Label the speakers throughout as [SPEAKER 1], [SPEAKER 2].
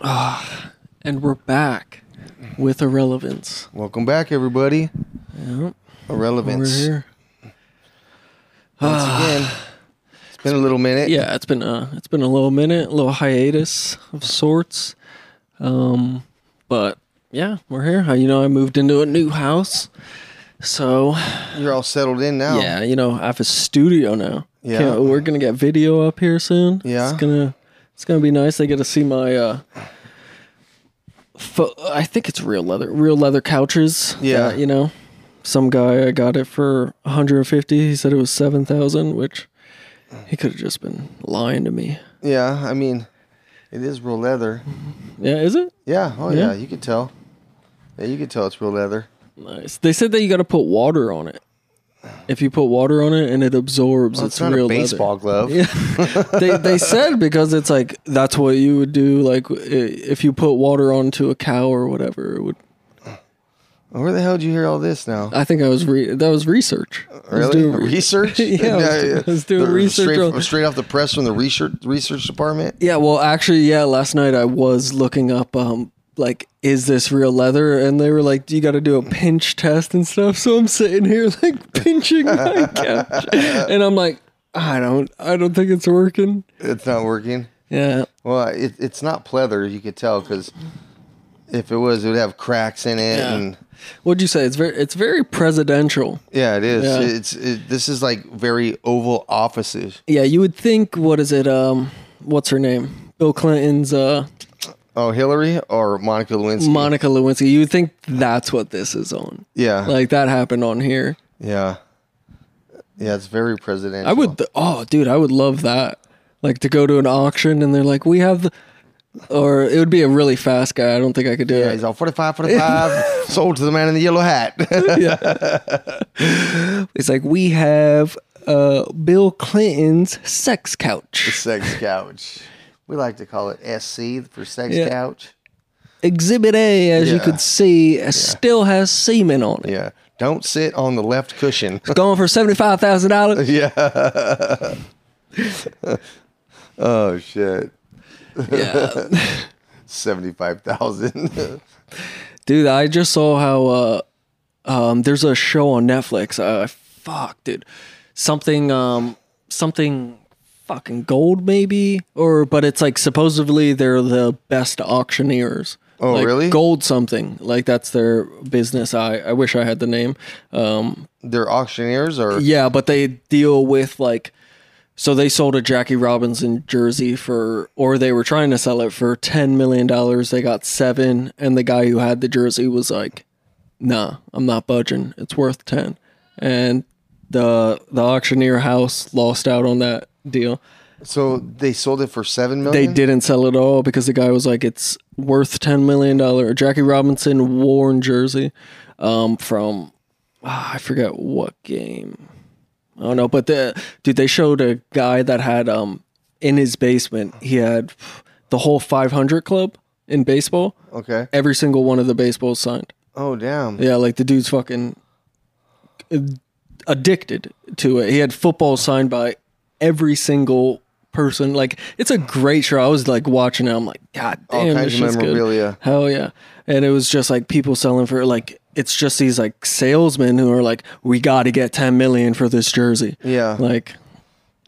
[SPEAKER 1] Ah, and we're back with irrelevance.
[SPEAKER 2] Welcome back, everybody.
[SPEAKER 1] Yep, we're
[SPEAKER 2] Irrelevance.
[SPEAKER 1] here.
[SPEAKER 2] Once again, it's been a little minute.
[SPEAKER 1] Yeah, it's been a it's been a little minute, a little hiatus of sorts. Um, but yeah, we're here. How You know, I moved into a new house, so
[SPEAKER 2] You're all settled in now.
[SPEAKER 1] yeah, you know, I have a studio now.
[SPEAKER 2] Oh. Yeah.
[SPEAKER 1] Can't- we're gonna get video up here soon.
[SPEAKER 2] Yeah.
[SPEAKER 1] it's gonna it's gonna be nice. They get to see my. uh fo- I think it's real leather, real leather couches.
[SPEAKER 2] Yeah.
[SPEAKER 1] that, you know, some guy I got it for 150. He said it was 7,000, which he could have just been lying to me.
[SPEAKER 2] Yeah, I mean, it is real leather.
[SPEAKER 1] Yeah, is it?
[SPEAKER 2] Yeah. Oh, yeah.
[SPEAKER 1] Yeah.
[SPEAKER 2] You can tell. Yeah, you can tell it's real leather.
[SPEAKER 1] Nice. They said that you got to put water on it. If you put water on it and it absorbs,
[SPEAKER 2] Well,
[SPEAKER 1] it's,
[SPEAKER 2] it's not
[SPEAKER 1] real
[SPEAKER 2] a
[SPEAKER 1] leather.
[SPEAKER 2] baseball glove.
[SPEAKER 1] they they said because it's like that's what you would do like i- if you put water onto a cow or whatever it would
[SPEAKER 2] Where the hell did you hear all this now?
[SPEAKER 1] I think I was re- that was research I was
[SPEAKER 2] Really?
[SPEAKER 1] doing Uh, re-
[SPEAKER 2] research?
[SPEAKER 1] yeah I was, I was doing
[SPEAKER 2] They're
[SPEAKER 1] research
[SPEAKER 2] Straight,
[SPEAKER 1] on-
[SPEAKER 2] straight off the press from the research research department.
[SPEAKER 1] yeah well actually yeah last night I was looking up um like is this real leather and they were like you got to do a pinch test and stuff so I'm sitting here like pinching my couch and I'm like I don't I don't think it's working
[SPEAKER 2] It's not working.
[SPEAKER 1] yeah
[SPEAKER 2] Well, it, it's not pleather. You could tell because if it was, it would have cracks in it
[SPEAKER 1] Yeah.
[SPEAKER 2] and.
[SPEAKER 1] what'd you say it's very it's very presidential
[SPEAKER 2] Yeah, it is.
[SPEAKER 1] Yeah.
[SPEAKER 2] It's it, this is like very oval offices.
[SPEAKER 1] Yeah, you would think. What is it? Um, what's her name? Bill Clinton's uh,
[SPEAKER 2] Oh, Hillary or Monica Lewinsky.
[SPEAKER 1] Monica Lewinsky. You would think that's what this is on.
[SPEAKER 2] yeah,
[SPEAKER 1] Like that happened on here.
[SPEAKER 2] yeah, yeah. It's very presidential.
[SPEAKER 1] I would. Th- oh, dude, I would love that. Like to go to an auction and they're like, we have, the, or it would be a really fast guy. I don't think I could do
[SPEAKER 2] Yeah,
[SPEAKER 1] it.
[SPEAKER 2] he's all 45, 45, sold to the man in the yellow hat.
[SPEAKER 1] It's like we have uh Bill Clinton's sex couch
[SPEAKER 2] sex couch. We like to call it SC for sex
[SPEAKER 1] Yeah.
[SPEAKER 2] couch.
[SPEAKER 1] exhibit A, as you
[SPEAKER 2] Yeah.
[SPEAKER 1] could see, still has semen on it.
[SPEAKER 2] Yeah. Don't sit on the left cushion.
[SPEAKER 1] Going for seventy five thousand dollars.
[SPEAKER 2] yeah. oh shit.
[SPEAKER 1] Yeah.
[SPEAKER 2] Seventy-five thousand.
[SPEAKER 1] dude i just saw how uh um there's a show on netflix uh fuck dude something um something fucking gold maybe or but it's like supposedly they're the best auctioneers
[SPEAKER 2] Oh,
[SPEAKER 1] Like,
[SPEAKER 2] really?
[SPEAKER 1] gold something like that's their business i i wish i had the name um
[SPEAKER 2] They're auctioneers or
[SPEAKER 1] yeah, but they deal with like so they sold a Jackie Robinson jersey for or they were trying to sell it for 10 million dollars. They got 7 and the guy who had the jersey was like, "Nah, I'm not budging. It's worth 10." And the the auctioneer house lost out on that deal.
[SPEAKER 2] so they sold it for seven million.
[SPEAKER 1] They didn't sell it at all because the guy was like, "It's worth 10 million dollar Jackie Robinson worn jersey um from ah, I forget what game. I don't know, but the dude they showed a guy that had um in his basement he had the whole 500 club in baseball,
[SPEAKER 2] Okay.
[SPEAKER 1] every single one of the baseballs signed.
[SPEAKER 2] Oh damn.
[SPEAKER 1] Yeah, like the dude's fucking uh, addicted to it. He had football signed by every single person. Like it's a great show. I was like watching it. I'm like, God
[SPEAKER 2] All
[SPEAKER 1] damn,
[SPEAKER 2] kinds
[SPEAKER 1] this
[SPEAKER 2] of
[SPEAKER 1] shit's good.
[SPEAKER 2] memorabilia.
[SPEAKER 1] Hell yeah. And it was just like people selling for like it's just these like salesmen who are like, we got to get 10 million for this jersey.
[SPEAKER 2] Yeah.
[SPEAKER 1] Like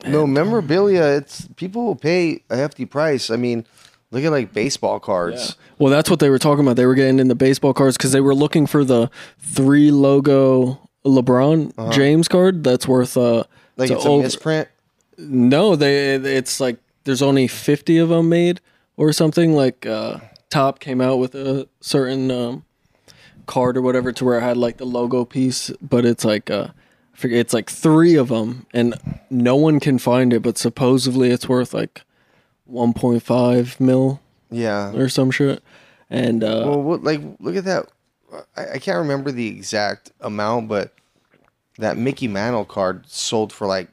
[SPEAKER 2] No memorabilia. It's people will pay a hefty price. I mean, look at like baseball cards.
[SPEAKER 1] Well, that's what they were talking about. They were getting into baseball cards because they were looking for the three logo LeBron James card that's worth uh
[SPEAKER 2] Uh-huh. Like
[SPEAKER 1] to
[SPEAKER 2] it's a
[SPEAKER 1] over-
[SPEAKER 2] misprint.
[SPEAKER 1] No, they it's like there's only 50 of them made or something like uh Top came out with a certain um card or whatever to where it had like the logo piece, but it's like uh I forget it's like 3 of them and no one can find it, but supposedly it's worth like 1.5 mil
[SPEAKER 2] Yeah.
[SPEAKER 1] or some shit. And uh
[SPEAKER 2] Well, what, like look at that. I, I can't remember the exact amount, but that Mickey Mantle card sold for like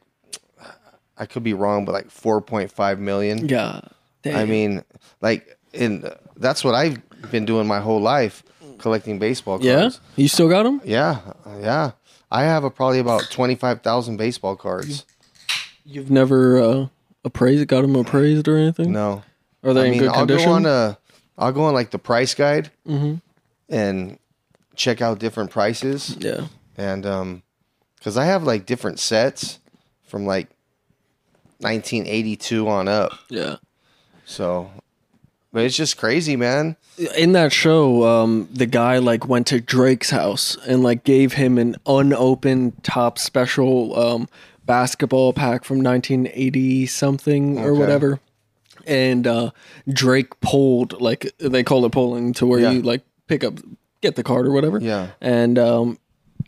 [SPEAKER 2] I could be wrong, but like four point five million.
[SPEAKER 1] yeah.
[SPEAKER 2] I mean, like, and that's what I've been doing my whole life, collecting baseball cards.
[SPEAKER 1] yeah. You still got them?
[SPEAKER 2] Yeah, yeah. I have a, probably about twenty five thousand baseball cards.
[SPEAKER 1] You've never uh appraised got them appraised or anything?
[SPEAKER 2] No,
[SPEAKER 1] Are they
[SPEAKER 2] I
[SPEAKER 1] in
[SPEAKER 2] mean
[SPEAKER 1] good
[SPEAKER 2] I'll
[SPEAKER 1] condition?
[SPEAKER 2] go on a I'll go on like the price guide
[SPEAKER 1] Mm-hmm.
[SPEAKER 2] and check out different prices
[SPEAKER 1] Yeah.
[SPEAKER 2] and um, because I have like different sets from like 1982 on up.
[SPEAKER 1] Yeah.
[SPEAKER 2] So, but it's just crazy, man.
[SPEAKER 1] In that show, um, the guy like went to Drake's house and like gave him an unopened top special um, basketball pack from 1980 something or
[SPEAKER 2] Okay.
[SPEAKER 1] whatever. And uh, Drake pulled like they call it polling to where
[SPEAKER 2] Yeah.
[SPEAKER 1] you like pick up get the card or whatever.
[SPEAKER 2] Yeah.
[SPEAKER 1] And um,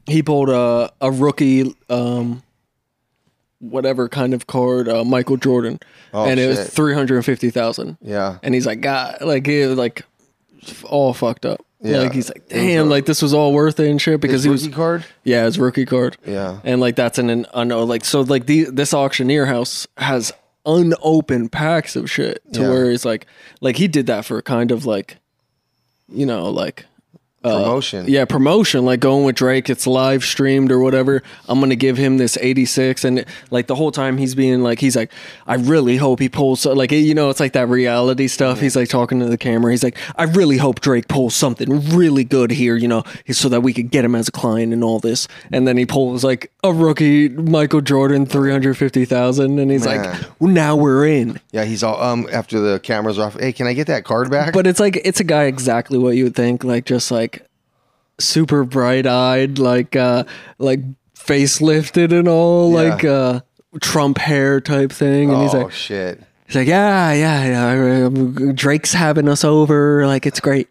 [SPEAKER 1] he pulled a a rookie um, whatever kind of card uh, Michael Jordan,
[SPEAKER 2] Oh,
[SPEAKER 1] and it was
[SPEAKER 2] shit.
[SPEAKER 1] three hundred fifty thousand
[SPEAKER 2] Yeah.
[SPEAKER 1] and he's like, God, like he was like f- all fucked up.
[SPEAKER 2] Yeah.
[SPEAKER 1] Like he's like,
[SPEAKER 2] It was
[SPEAKER 1] damn,
[SPEAKER 2] a-
[SPEAKER 1] like this was all worth it and shit because
[SPEAKER 2] His
[SPEAKER 1] he was
[SPEAKER 2] rookie card.
[SPEAKER 1] yeah, his rookie card.
[SPEAKER 2] Yeah.
[SPEAKER 1] And like that's an, an unknown like so like the this auctioneer house has unopened packs of shit to
[SPEAKER 2] Yeah.
[SPEAKER 1] where he's like like he did that for kind of like you know, like
[SPEAKER 2] Promotion.
[SPEAKER 1] uh, yeah, promotion, like going with Drake, it's live streamed or whatever. I'm gonna give him this 86, and like the whole time he's being like, he's like, I really hope he pulls, so-" like you know, it's like that reality stuff. He's like talking to the camera. He's like, I really hope Drake pulls something really good here, you know, so that we could get him as a client and all this. And then he pulls like a rookie Michael Jordan 350,000, and he's
[SPEAKER 2] Man.
[SPEAKER 1] like, well, now we're in.
[SPEAKER 2] Yeah. He's all um after the cameras are off. Hey, can I get that card back?
[SPEAKER 1] But it's like it's a guy exactly what you would think, like just like super bright eyed, like uh like facelifted and all,
[SPEAKER 2] Yeah.
[SPEAKER 1] like uh Trump hair type thing. And
[SPEAKER 2] oh
[SPEAKER 1] he's like
[SPEAKER 2] shit.
[SPEAKER 1] he's like, Yeah, yeah, yeah. um, Drake's having us over, like it's great.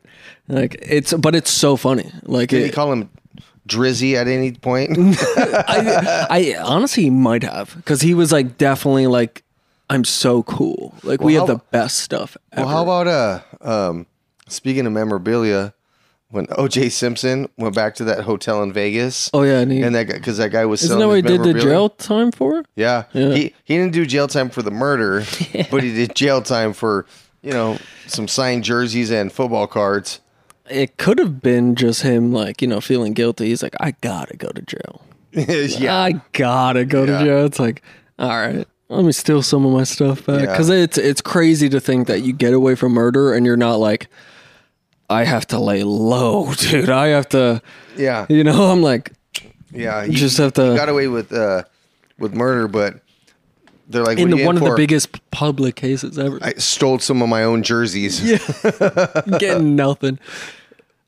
[SPEAKER 1] Like it's but it's so funny. Like
[SPEAKER 2] Did he
[SPEAKER 1] it-
[SPEAKER 2] call him Drizzy at any point?
[SPEAKER 1] I I honestly he might have because he was like definitely like I'm so cool. Like we
[SPEAKER 2] how-
[SPEAKER 1] have the best stuff ever.
[SPEAKER 2] Well, how about uh um speaking of memorabilia, when OJ Simpson went back to that hotel in Vegas.
[SPEAKER 1] oh yeah, and, he,
[SPEAKER 2] And that because that guy was
[SPEAKER 1] isn't
[SPEAKER 2] selling
[SPEAKER 1] that what he
[SPEAKER 2] his
[SPEAKER 1] did the
[SPEAKER 2] memorabilia.
[SPEAKER 1] jail time for?
[SPEAKER 2] Yeah. He he didn't do jail time for the murder, but he did jail time for, you know, some signed jerseys and football cards.
[SPEAKER 1] it could have been just him like you know feeling guilty he's like i gotta go to jail
[SPEAKER 2] yeah.
[SPEAKER 1] i gotta go
[SPEAKER 2] Yeah.
[SPEAKER 1] to jail it's like all right let me steal some of my stuff back
[SPEAKER 2] Yeah.
[SPEAKER 1] because it's it's crazy to think that you get away from murder and you're not like i have to lay low dude i have to
[SPEAKER 2] Yeah.
[SPEAKER 1] you know i'm like
[SPEAKER 2] Yeah. He
[SPEAKER 1] you just have to
[SPEAKER 2] got away with uh with murder, but they're like
[SPEAKER 1] in
[SPEAKER 2] what are
[SPEAKER 1] the,
[SPEAKER 2] you
[SPEAKER 1] one of the
[SPEAKER 2] for?"
[SPEAKER 1] biggest public cases ever
[SPEAKER 2] I stole some of my own jerseys.
[SPEAKER 1] getting nothing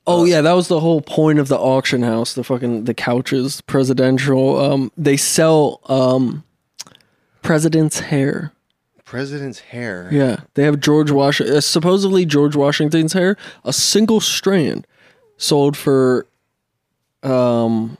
[SPEAKER 1] oh yeah that was the whole point of the auction house the fucking the couches presidential um they sell um president's hair
[SPEAKER 2] President's hair.
[SPEAKER 1] yeah they have george washington uh, supposedly george washington's hair a single strand sold for um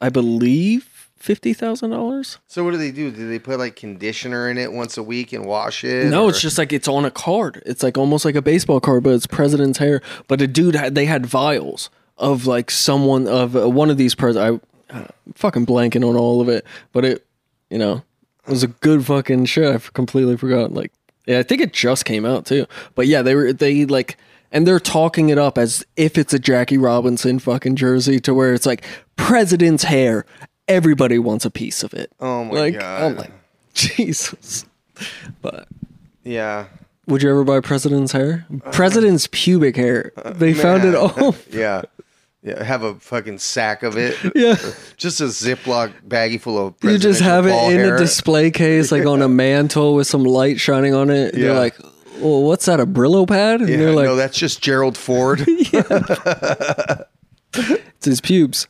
[SPEAKER 1] i believe fifty thousand dollars
[SPEAKER 2] So what do they do? Do they put like conditioner in it once a week and wash it?
[SPEAKER 1] No,
[SPEAKER 2] or-
[SPEAKER 1] it's just like it's on a card. It's like almost like a baseball card, but it's president's hair. But a dude, had, they had vials of like someone of uh, one of these pres. I uh, fucking blanking on all of it, but it, you know, it was a good fucking show. I f- completely forgot. Like, yeah, I think it just came out too. But yeah, they were they like. And they're talking it up as if it's a Jackie Robinson fucking jersey to where it's like president's hair. Everybody wants a piece of it.
[SPEAKER 2] Oh my
[SPEAKER 1] like,
[SPEAKER 2] God.
[SPEAKER 1] I'm like, Jesus. But
[SPEAKER 2] yeah,
[SPEAKER 1] would you ever buy president's hair? President's pubic hair. They found it all.
[SPEAKER 2] yeah, yeah. Have a fucking sack of it.
[SPEAKER 1] yeah.
[SPEAKER 2] Just a Ziploc baggie full of.
[SPEAKER 1] You just
[SPEAKER 2] presidential
[SPEAKER 1] have it
[SPEAKER 2] ball
[SPEAKER 1] in
[SPEAKER 2] hair.
[SPEAKER 1] a display case, like on a mantle with some light shining on it. And You're
[SPEAKER 2] Yeah.
[SPEAKER 1] like, well, what's that, a Brillo pad? And
[SPEAKER 2] Yeah,
[SPEAKER 1] they're like,
[SPEAKER 2] no, that's just Gerald Ford.
[SPEAKER 1] it's his pubes.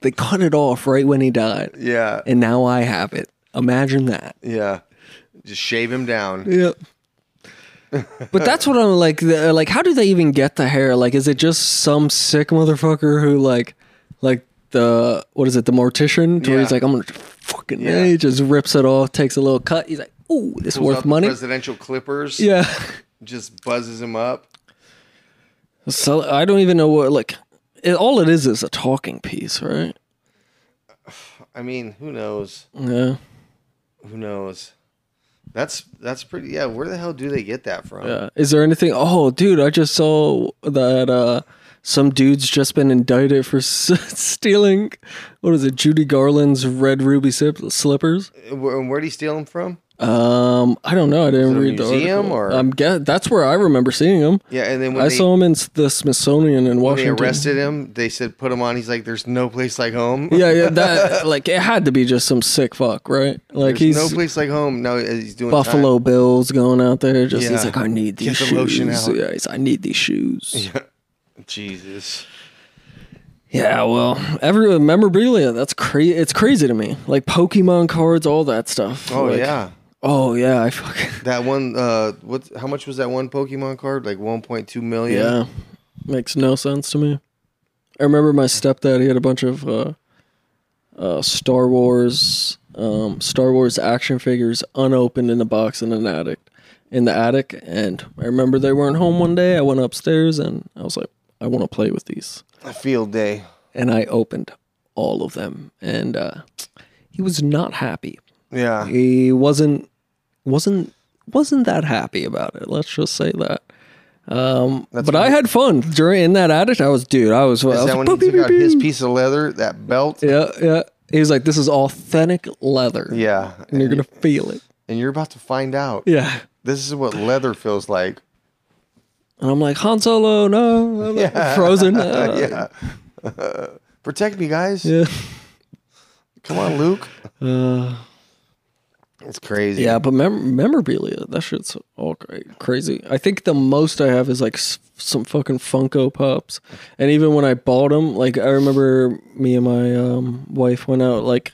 [SPEAKER 1] they cut it off right when he died.
[SPEAKER 2] yeah,
[SPEAKER 1] And now I have it. Imagine that.
[SPEAKER 2] yeah. Just shave him down.
[SPEAKER 1] Yep. but that's what I'm like. The, uh, like, how do they even get the hair? Like, is it just some sick motherfucker who like, like the what is it? The mortician? To Where he's
[SPEAKER 2] Yeah.
[SPEAKER 1] like, I'm gonna fucking.
[SPEAKER 2] Yeah.
[SPEAKER 1] He just rips it off, takes a little cut. He's like, ooh, this
[SPEAKER 2] Pulls out
[SPEAKER 1] worth
[SPEAKER 2] the
[SPEAKER 1] money.
[SPEAKER 2] Presidential clippers.
[SPEAKER 1] Yeah.
[SPEAKER 2] Just buzzes him up.
[SPEAKER 1] So I don't even know what like. It, all it is is a talking piece, right?
[SPEAKER 2] I mean, who knows?
[SPEAKER 1] Yeah.
[SPEAKER 2] Who knows? That's that's pretty. Yeah, where the hell do they get that from?
[SPEAKER 1] Yeah. Is there anything? Oh, dude, I just saw that uh, some dude's just been indicted for s- stealing, what is it, Judy Garland's red ruby sip- slippers?
[SPEAKER 2] Where, where'd he steal them from?
[SPEAKER 1] Um, I don't know. I didn't
[SPEAKER 2] it a
[SPEAKER 1] read the
[SPEAKER 2] museum
[SPEAKER 1] article.
[SPEAKER 2] or-
[SPEAKER 1] I'm guess that's where I remember seeing him.
[SPEAKER 2] Yeah, and then when
[SPEAKER 1] I
[SPEAKER 2] they,
[SPEAKER 1] saw him in s- the Smithsonian in
[SPEAKER 2] when they
[SPEAKER 1] Washington.
[SPEAKER 2] arrested him, they said put him on. He's like, "There's no place like home."
[SPEAKER 1] yeah, yeah, that like it had to be just some sick fuck, right? Like he's
[SPEAKER 2] There's no place like home. No, uh, he's doing time.
[SPEAKER 1] Buffalo Bills going out there. Just
[SPEAKER 2] Yeah.
[SPEAKER 1] he's like, I need
[SPEAKER 2] Get
[SPEAKER 1] these
[SPEAKER 2] the
[SPEAKER 1] shoes.
[SPEAKER 2] lotion out.
[SPEAKER 1] Yeah, he's, I need these shoes.
[SPEAKER 2] Jesus.
[SPEAKER 1] Yeah, well, every memorabilia that's crazy. It's crazy to me. Like Pokemon cards, all that stuff.
[SPEAKER 2] Oh
[SPEAKER 1] Like,
[SPEAKER 2] yeah,
[SPEAKER 1] Oh yeah, I fucking
[SPEAKER 2] that one. Uh, what? How much was that one Pokemon card? Like 1.2 million.
[SPEAKER 1] yeah. Makes no sense to me. I remember my stepdad. He had a bunch of uh, uh, Star Wars, um, Star Wars action figures unopened in a box in an attic, in the attic. And I remember they weren't home one day. I went upstairs and I was like, I want to play with these.
[SPEAKER 2] A field day.
[SPEAKER 1] And I opened all of them, and uh, he was not happy.
[SPEAKER 2] Yeah.
[SPEAKER 1] he wasn't wasn't wasn't that happy about it. Let's just say that. Um, but I had fun during in that addict. I was, dude, I was. I
[SPEAKER 2] Is
[SPEAKER 1] was
[SPEAKER 2] that when he
[SPEAKER 1] boop,
[SPEAKER 2] took
[SPEAKER 1] beep,
[SPEAKER 2] out
[SPEAKER 1] beep,
[SPEAKER 2] his
[SPEAKER 1] beep.
[SPEAKER 2] piece of leather, that belt?
[SPEAKER 1] Yeah, yeah. He was like, "This is authentic leather,
[SPEAKER 2] Yeah.
[SPEAKER 1] and you're gonna feel it."
[SPEAKER 2] And you're about to find out.
[SPEAKER 1] Yeah.
[SPEAKER 2] This is what leather feels like.
[SPEAKER 1] And I'm like, Han Solo, no, I'm frozen. uh, yeah.
[SPEAKER 2] yeah. Protect me, guys. Come on, Luke.
[SPEAKER 1] Uh,
[SPEAKER 2] It's crazy.
[SPEAKER 1] yeah, but mem- memorabilia, that shit's all cra- crazy. I think the most I have is like s- some fucking Funko Pops. And even when I bought them, like I remember me and my um, wife went out like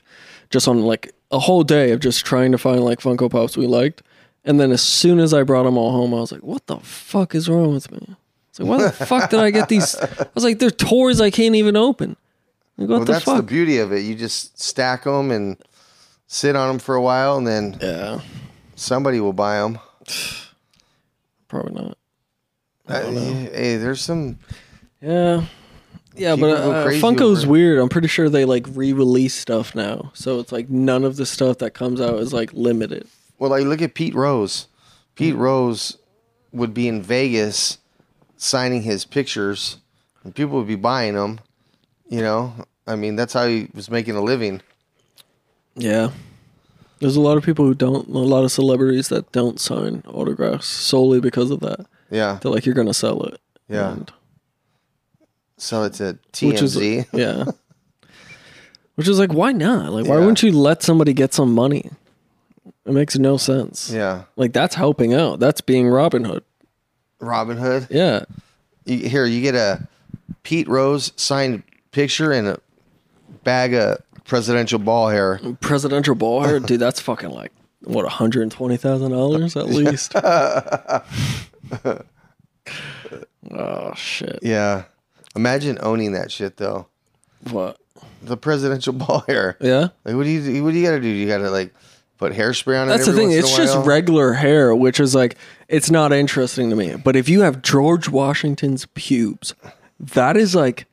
[SPEAKER 1] just on like a whole day of just trying to find like Funko Pops we liked. And then as soon as I brought them all home, I was like, what the fuck is wrong with me? It's like, why the fuck did I get these? I was like, they're toys I can't even open. Like, what
[SPEAKER 2] Well,
[SPEAKER 1] the
[SPEAKER 2] that's the
[SPEAKER 1] fuck?
[SPEAKER 2] beauty of it. You just stack them and sit on them for a while, and then
[SPEAKER 1] yeah,
[SPEAKER 2] somebody will buy them.
[SPEAKER 1] probably not.
[SPEAKER 2] Uh, hey, there's some.
[SPEAKER 1] Yeah. Yeah,
[SPEAKER 2] People
[SPEAKER 1] but
[SPEAKER 2] go
[SPEAKER 1] uh,
[SPEAKER 2] crazy
[SPEAKER 1] Funko's
[SPEAKER 2] over it.
[SPEAKER 1] weird. I'm pretty sure they like re-release stuff now, so it's like none of the stuff that comes out is like limited.
[SPEAKER 2] Well, like look at Pete Rose. Pete Rose would be in Vegas signing his pictures, and people would be buying them. You know, I mean, that's how he was making a living.
[SPEAKER 1] Yeah, there's a lot of people who don't, a lot of celebrities that don't sign autographs solely because of that.
[SPEAKER 2] Yeah,
[SPEAKER 1] They're like, you're gonna sell it.
[SPEAKER 2] Yeah.
[SPEAKER 1] And-
[SPEAKER 2] sell it to TMZ.
[SPEAKER 1] which is yeah, which is like, why not? Like, why wouldn't you let somebody get some money? It makes no sense.
[SPEAKER 2] yeah,
[SPEAKER 1] Like that's helping out. That's being Robin Hood.
[SPEAKER 2] Robin Hood.
[SPEAKER 1] Yeah.
[SPEAKER 2] You, here, you get a Pete Rose signed picture and a bag of presidential ball hair.
[SPEAKER 1] presidential ball hair, dude, that's fucking like what hundred and twenty thousand dollars at least. oh shit!
[SPEAKER 2] Yeah, imagine owning that shit though.
[SPEAKER 1] What?
[SPEAKER 2] The presidential ball hair.
[SPEAKER 1] Yeah,
[SPEAKER 2] Like, what do you what do you gotta do? You gotta like put hairspray on it.
[SPEAKER 1] that's the
[SPEAKER 2] every
[SPEAKER 1] thing.
[SPEAKER 2] once in
[SPEAKER 1] It's
[SPEAKER 2] a
[SPEAKER 1] just
[SPEAKER 2] while?
[SPEAKER 1] regular hair, which is like it's not interesting to me. But if you have George Washington's pubes, that is like,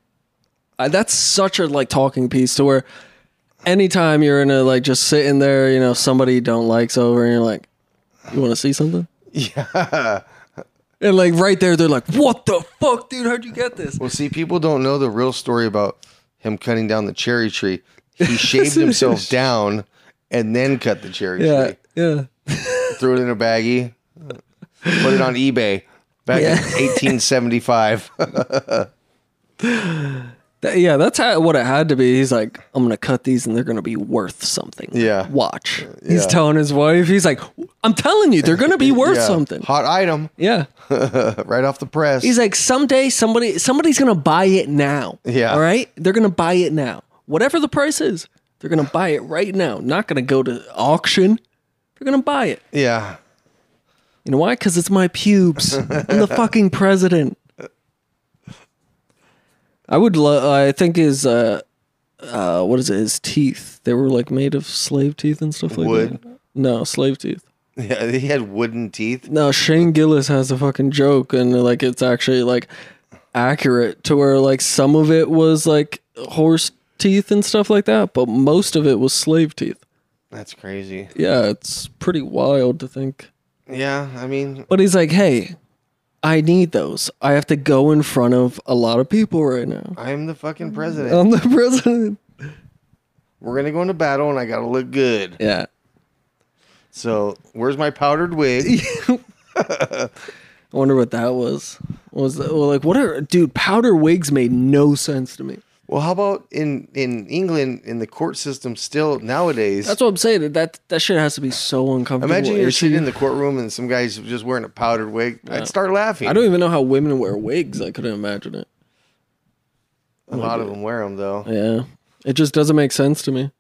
[SPEAKER 1] I, that's such a like talking piece to where anytime you're in a like just sitting there, you know, somebody you don't likes over, and you're like, you want to see something?
[SPEAKER 2] Yeah.
[SPEAKER 1] And like right there, they're like, "What the fuck, dude? How'd you get this?"
[SPEAKER 2] Well, see, people don't know the real story about him cutting down the cherry tree. He shaved himself down and then cut the cherry
[SPEAKER 1] Yeah,
[SPEAKER 2] tree.
[SPEAKER 1] yeah.
[SPEAKER 2] Threw it in a baggie. Put it on eBay back in
[SPEAKER 1] Yeah.
[SPEAKER 2] 1875.
[SPEAKER 1] That- yeah, that's how, what it had to be. He's like, I'm going to cut these and they're going to be worth something.
[SPEAKER 2] Yeah.
[SPEAKER 1] Watch. He's
[SPEAKER 2] yeah.
[SPEAKER 1] telling his wife, he's like, I'm telling you, they're going to be worth
[SPEAKER 2] Yeah.
[SPEAKER 1] something.
[SPEAKER 2] Hot item
[SPEAKER 1] Yeah.
[SPEAKER 2] right off the press.
[SPEAKER 1] He's like, someday somebody somebody's going to buy it now.
[SPEAKER 2] Yeah.
[SPEAKER 1] All right? They're going to buy it now. Whatever the price is, they're going to buy it right now. Not going to go to auction. They're going to buy it.
[SPEAKER 2] yeah.
[SPEAKER 1] You know why? Because it's my pubes. I'm the fucking president. I would. Lo- I think his. Uh, uh, what is it? His teeth. They were like made of slave teeth and stuff like
[SPEAKER 2] Wood.
[SPEAKER 1] that. No, slave teeth.
[SPEAKER 2] Yeah. He had wooden teeth.
[SPEAKER 1] No, Shane Gillis has a fucking joke, and like it's actually like accurate to where like some of it was like horse teeth and stuff like that, but most of it was slave teeth.
[SPEAKER 2] That's crazy.
[SPEAKER 1] Yeah, it's pretty wild to think.
[SPEAKER 2] Yeah. I mean,
[SPEAKER 1] But he's like, hey, I need those. I have to go in front of a lot of people right now.
[SPEAKER 2] I'm the fucking president.
[SPEAKER 1] I'm the president.
[SPEAKER 2] We're going to go into battle and I got to look good.
[SPEAKER 1] Yeah.
[SPEAKER 2] So where's my powdered wig?
[SPEAKER 1] I wonder what that was. What was that? Well, like what are dude powder wigs made no sense to me.
[SPEAKER 2] well, how about in in England in the court system still nowadays?
[SPEAKER 1] That's what I'm saying. That that, that shit has to be so uncomfortable.
[SPEAKER 2] Imagine you're
[SPEAKER 1] It's-
[SPEAKER 2] sitting in the courtroom and some guy's just wearing a powdered wig. I'd start laughing.
[SPEAKER 1] I don't even know how women wear wigs. I couldn't imagine it.
[SPEAKER 2] a lot of them wear them though.
[SPEAKER 1] Yeah, it just doesn't make sense to me.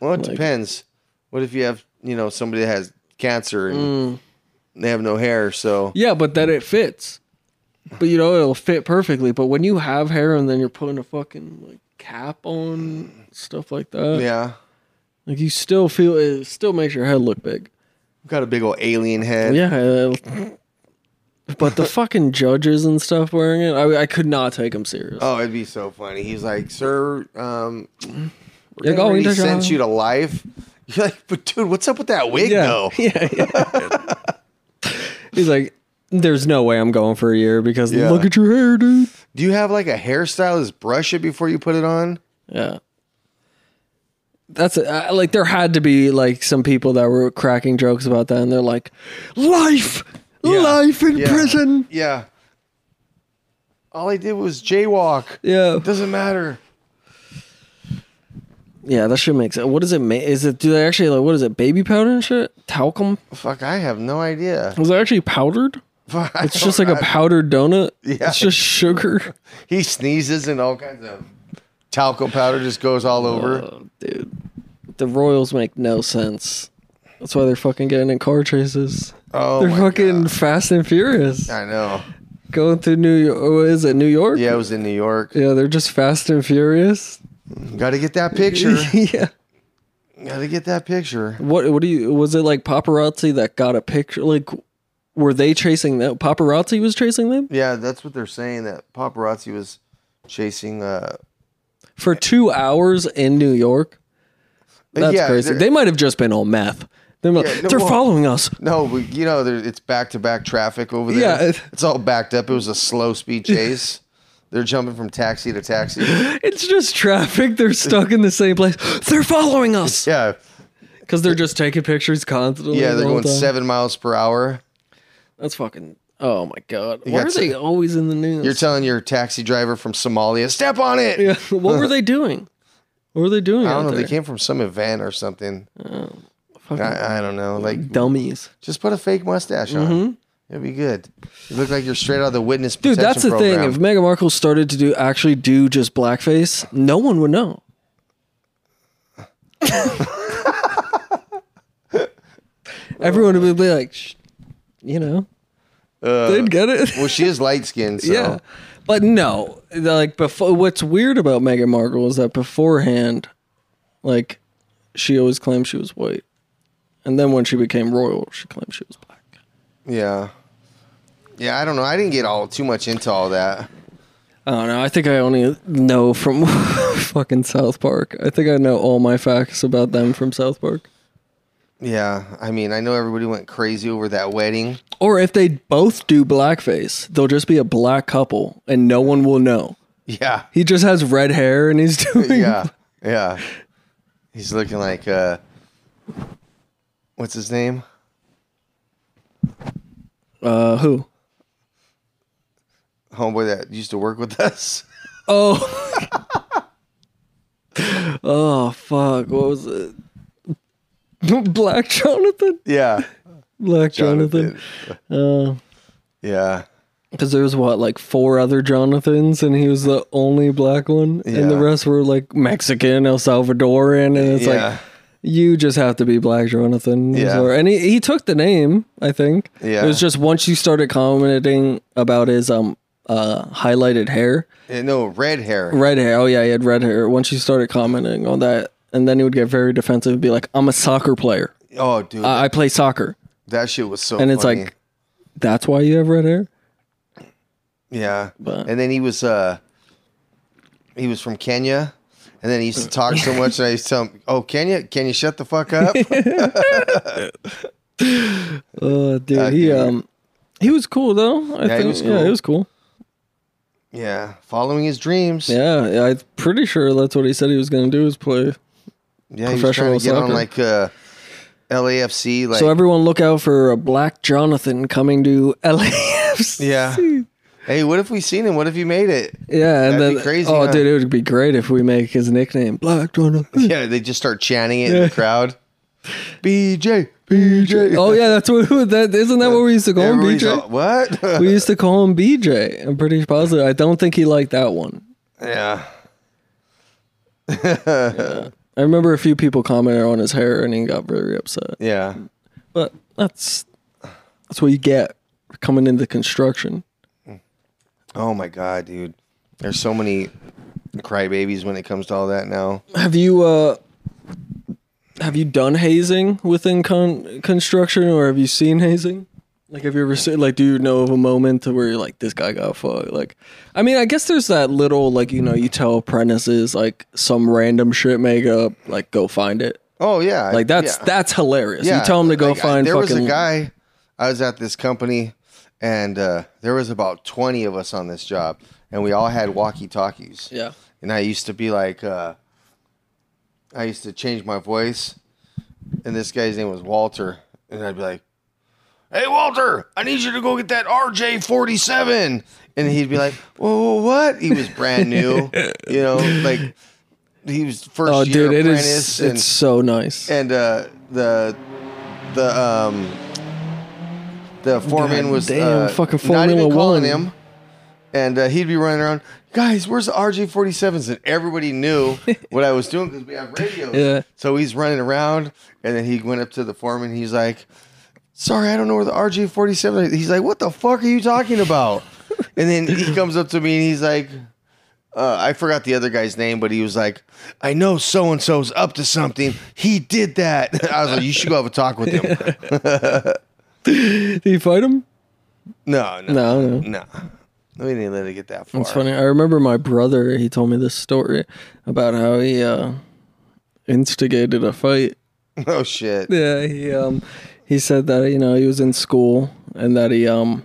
[SPEAKER 2] Well, it
[SPEAKER 1] Like-
[SPEAKER 2] depends. What if you have, you know, somebody that has cancer
[SPEAKER 1] Mm.
[SPEAKER 2] and they have no hair? So
[SPEAKER 1] Yeah, but then it fits. But you know it'll fit perfectly. But when you have hair and then you're putting a fucking like cap on stuff like that,
[SPEAKER 2] yeah,
[SPEAKER 1] like you still feel it still makes your head look big.
[SPEAKER 2] got a big old alien head.
[SPEAKER 1] Oh, Yeah. it'll- But the fucking judges and stuff wearing it, I, I could not take them serious.
[SPEAKER 2] Oh, it'd be so funny. He's like, sir, um, we're
[SPEAKER 1] You're
[SPEAKER 2] gonna
[SPEAKER 1] going to
[SPEAKER 2] really sentence
[SPEAKER 1] jail."
[SPEAKER 2] you to life. You're like, but dude, what's up with that wig
[SPEAKER 1] yeah,
[SPEAKER 2] though?
[SPEAKER 1] yeah, yeah. He's like, "There's no way I'm going for a year because
[SPEAKER 2] Yeah.
[SPEAKER 1] look at your hair, dude."
[SPEAKER 2] Do you have like a hairstylist brush it before you put it on?
[SPEAKER 1] Yeah. That's uh, like there had to be like some people that were cracking jokes about that, and they're like, "Life, life in
[SPEAKER 2] Yeah.
[SPEAKER 1] prison."
[SPEAKER 2] Yeah. All I did was jaywalk.
[SPEAKER 1] Yeah,
[SPEAKER 2] Doesn't matter.
[SPEAKER 1] yeah, that shit makes it. What does it make? Is it do they actually like what is it? Baby powder and shit? Talcum?
[SPEAKER 2] Fuck, I have no idea.
[SPEAKER 1] Was it actually powdered? It's just like a powdered donut.
[SPEAKER 2] Yeah.
[SPEAKER 1] It's just sugar.
[SPEAKER 2] He sneezes and all kinds of talcum powder just goes all over.
[SPEAKER 1] Oh, dude, the Royals make no sense. That's why they're fucking getting in car chases.
[SPEAKER 2] Oh,
[SPEAKER 1] they're
[SPEAKER 2] my
[SPEAKER 1] fucking fast and furious.
[SPEAKER 2] God. I know.
[SPEAKER 1] Going through New York. Oh, is it New York?
[SPEAKER 2] Yeah, I was in New York.
[SPEAKER 1] Yeah, they're just fast and furious.
[SPEAKER 2] Got to get that picture.
[SPEAKER 1] yeah.
[SPEAKER 2] Got to get that picture.
[SPEAKER 1] What what do you was it like paparazzi that got a picture like were they chasing them? Paparazzi was chasing them
[SPEAKER 2] Yeah, that's what they're saying. That paparazzi was chasing. Uh,
[SPEAKER 1] for 2 hours in New York. That's
[SPEAKER 2] yeah,
[SPEAKER 1] crazy.
[SPEAKER 2] they're-
[SPEAKER 1] They might have just been on meth. They're, like,
[SPEAKER 2] Yeah, no,
[SPEAKER 1] they're
[SPEAKER 2] well-
[SPEAKER 1] following us.
[SPEAKER 2] no, we, you know, there, it's back to back traffic over there.
[SPEAKER 1] Yeah.
[SPEAKER 2] it's all backed up. It was a slow speed chase. they're jumping from taxi to taxi.
[SPEAKER 1] It's just traffic. They're stuck in the same place. They're following us
[SPEAKER 2] Yeah,
[SPEAKER 1] because they're just taking pictures constantly.
[SPEAKER 2] yeah, they're
[SPEAKER 1] the whole
[SPEAKER 2] going
[SPEAKER 1] time.
[SPEAKER 2] seven miles per hour.
[SPEAKER 1] That's fucking. Oh my god. Why
[SPEAKER 2] got
[SPEAKER 1] are they
[SPEAKER 2] se-
[SPEAKER 1] always in the news?
[SPEAKER 2] You're telling your taxi driver from Somalia, step on it.
[SPEAKER 1] yeah. What were they doing? What were they doing?
[SPEAKER 2] I
[SPEAKER 1] out
[SPEAKER 2] don't know.
[SPEAKER 1] There? Oh,
[SPEAKER 2] They came from some event or something.
[SPEAKER 1] Fucking
[SPEAKER 2] I, I don't know. Like,
[SPEAKER 1] dummies.
[SPEAKER 2] just put a fake mustache on. It'll be good. You look like you're straight out of the witness
[SPEAKER 1] Mm-hmm. Dude,
[SPEAKER 2] protection
[SPEAKER 1] that's the thing.
[SPEAKER 2] program.
[SPEAKER 1] If Meghan Markle started to do actually do just blackface, no one would know. Everyone would be like, Shh, you know,
[SPEAKER 2] Uh,
[SPEAKER 1] they'd get it.
[SPEAKER 2] well, she is light skinned, so
[SPEAKER 1] yeah, but no, like before. What's weird about Meghan Markle is that beforehand, like, she always claimed she was white, and then when she became royal, she claimed she was black.
[SPEAKER 2] yeah, yeah. I don't know. I didn't get all too much into all that.
[SPEAKER 1] I don't know. I think I only know from fucking South Park. I think I know all my facts about them from South Park.
[SPEAKER 2] Yeah, I mean, I know everybody went crazy over that wedding.
[SPEAKER 1] Or if they both do blackface, they'll just be a black couple and no one will know.
[SPEAKER 2] Yeah,
[SPEAKER 1] He just has red hair and he's doing.
[SPEAKER 2] yeah, yeah. He's looking like uh, what's his name?
[SPEAKER 1] Uh, who?
[SPEAKER 2] Homeboy that used to work with us.
[SPEAKER 1] Oh. oh, fuck. What was it? Black Jonathan?
[SPEAKER 2] Yeah,
[SPEAKER 1] Black Jonathan. Uh,
[SPEAKER 2] Yeah,
[SPEAKER 1] Because there was what, like four other Jonathans, and he was the only black one, and the
[SPEAKER 2] Yeah.
[SPEAKER 1] rest were like Mexican, El Salvadoran, and it's
[SPEAKER 2] Yeah.
[SPEAKER 1] like you just have to be black Jonathan.
[SPEAKER 2] Yeah.
[SPEAKER 1] So- and he, he took the name, I think.
[SPEAKER 2] Yeah.
[SPEAKER 1] it was just once you started commenting about his um uh highlighted hair,
[SPEAKER 2] Yeah, no red hair.
[SPEAKER 1] red hair. Oh yeah, he had red hair. Once you started commenting on that, and then he would get very defensive and be like, "I'm a soccer player.
[SPEAKER 2] Oh, dude,
[SPEAKER 1] I, I play soccer,"
[SPEAKER 2] that shit was so.
[SPEAKER 1] Uh, and it's
[SPEAKER 2] funny.
[SPEAKER 1] like, "That's why you have red hair."
[SPEAKER 2] Yeah.
[SPEAKER 1] But-
[SPEAKER 2] and then he was uh he was from Kenya. And then he used to talk so much and I used to tell him, Oh, Kenya, can you shut the fuck up?
[SPEAKER 1] Oh, dude,
[SPEAKER 2] Uh,
[SPEAKER 1] he
[SPEAKER 2] dude.
[SPEAKER 1] um, he was cool though. I
[SPEAKER 2] Yeah, he
[SPEAKER 1] think.
[SPEAKER 2] was
[SPEAKER 1] Yeah,
[SPEAKER 2] cool.
[SPEAKER 1] he was cool.
[SPEAKER 2] yeah. Following his dreams.
[SPEAKER 1] Yeah, I'm pretty sure that's what he said he was gonna do is play.
[SPEAKER 2] yeah he was
[SPEAKER 1] professional
[SPEAKER 2] trying to get on
[SPEAKER 1] soccer.
[SPEAKER 2] like uh LAFC. Like,
[SPEAKER 1] So everyone look out for a Black Jonathan coming to LAFC.
[SPEAKER 2] yeah. Hey, what if we seen him? What if he made it?
[SPEAKER 1] Yeah, and
[SPEAKER 2] That'd
[SPEAKER 1] then
[SPEAKER 2] be crazy,
[SPEAKER 1] oh,
[SPEAKER 2] huh?
[SPEAKER 1] dude, it would be great if we make his nickname Black Jonathan.
[SPEAKER 2] Yeah, they just start chanting it in the crowd. BJ, BJ.
[SPEAKER 1] oh yeah, that's what that isn't that what we used to call him,
[SPEAKER 2] Everybody's
[SPEAKER 1] BJ?
[SPEAKER 2] all, what?
[SPEAKER 1] we used to call him BJ. I'm pretty positive. I don't think he liked that one.
[SPEAKER 2] yeah.
[SPEAKER 1] I remember a few people commented on his hair, and he got very upset.
[SPEAKER 2] Yeah.
[SPEAKER 1] But that's that's what you get for coming into construction.
[SPEAKER 2] Oh my god, dude. There's so many crybabies when it comes to all that now.
[SPEAKER 1] Have you uh have you done hazing within con- construction, or have you seen hazing? Like, have you ever seen? Like, do you know of a moment to where you're like, this guy got fucked? Like, I mean, I guess there's that little like you know you tell apprentices like some random shit makeup like go find it.
[SPEAKER 2] Oh yeah.
[SPEAKER 1] Like that's
[SPEAKER 2] yeah.
[SPEAKER 1] that's hilarious.
[SPEAKER 2] Yeah,
[SPEAKER 1] You tell him to go
[SPEAKER 2] like, I-
[SPEAKER 1] find
[SPEAKER 2] There
[SPEAKER 1] fucking
[SPEAKER 2] was a guy. I was at this company, and uh, there was about twenty of us on this job, and we all had walkie talkies.
[SPEAKER 1] yeah.
[SPEAKER 2] And I used to be like, uh, I used to change my voice, and this guy's name was Walter, and I'd be like, "Hey Walter, I need you to go get that RJ forty seven, and he'd be like, "Whoa, whoa, what?" He was brand new, you know, like he was first
[SPEAKER 1] Oh,
[SPEAKER 2] year
[SPEAKER 1] dude, it
[SPEAKER 2] apprentice.
[SPEAKER 1] is.
[SPEAKER 2] and-
[SPEAKER 1] It's so nice.
[SPEAKER 2] and uh, the the um the foreman was
[SPEAKER 1] damn,
[SPEAKER 2] uh,
[SPEAKER 1] fucking
[SPEAKER 2] not even
[SPEAKER 1] Formula One.
[SPEAKER 2] calling him, and uh, he'd be running around. Guys, where's the RJ47s? And everybody knew what I was doing because we have radios.
[SPEAKER 1] Yeah.
[SPEAKER 2] So he's running around, and then he went up to the foreman. He's like, "Sorry, I don't know where the RJ47." is." He's like, "What the fuck are you talking about?" and then he comes up to me and he's like uh, I forgot the other guy's name, but he was like, I know so and so's up to something. He did that. I was like, you should go have a talk with him.
[SPEAKER 1] Did you fight him?
[SPEAKER 2] no, no, no,
[SPEAKER 1] No, no.
[SPEAKER 2] no. We didn't let it get that far.
[SPEAKER 1] It's funny. I remember my brother. He told me this story about how he uh, instigated a fight.
[SPEAKER 2] Oh shit.
[SPEAKER 1] Yeah, he um, he said that you know he was in school and that he um,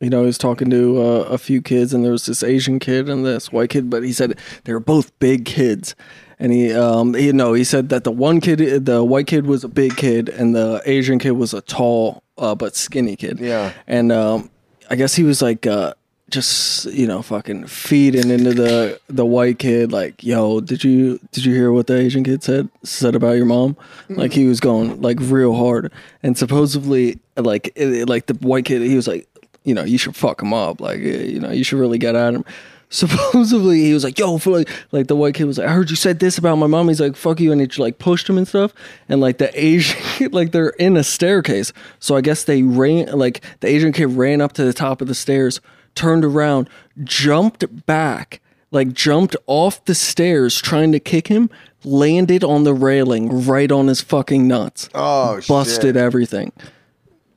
[SPEAKER 1] you know he was talking to uh, a few kids and there was this Asian kid and this white kid, but he said they were both big kids. And he, um, he no, he said that the one kid, the white kid, was a big kid, and the Asian kid was a tall uh, but skinny kid.
[SPEAKER 2] Yeah.
[SPEAKER 1] and um, I guess he was like uh, just you know fucking feeding into the the white kid like yo did you did you hear what the Asian kid said said about your mom like he was going like real hard and supposedly like it, it- like the white kid he was like you know you should fuck him up like eh, you know you should really get at him. Supposedly he was like, "Yo, for like, like the white kid was like, I heard you said this about my mom." He's like, "Fuck you," and he like pushed him and stuff. And like the Asian, kid, like they're in a staircase, so I guess they ran like the Asian kid ran up to the top of the stairs, turned around, jumped back, like jumped off the stairs trying to kick him, landed on the railing right on his fucking nuts,
[SPEAKER 2] Oh shit.
[SPEAKER 1] busted everything.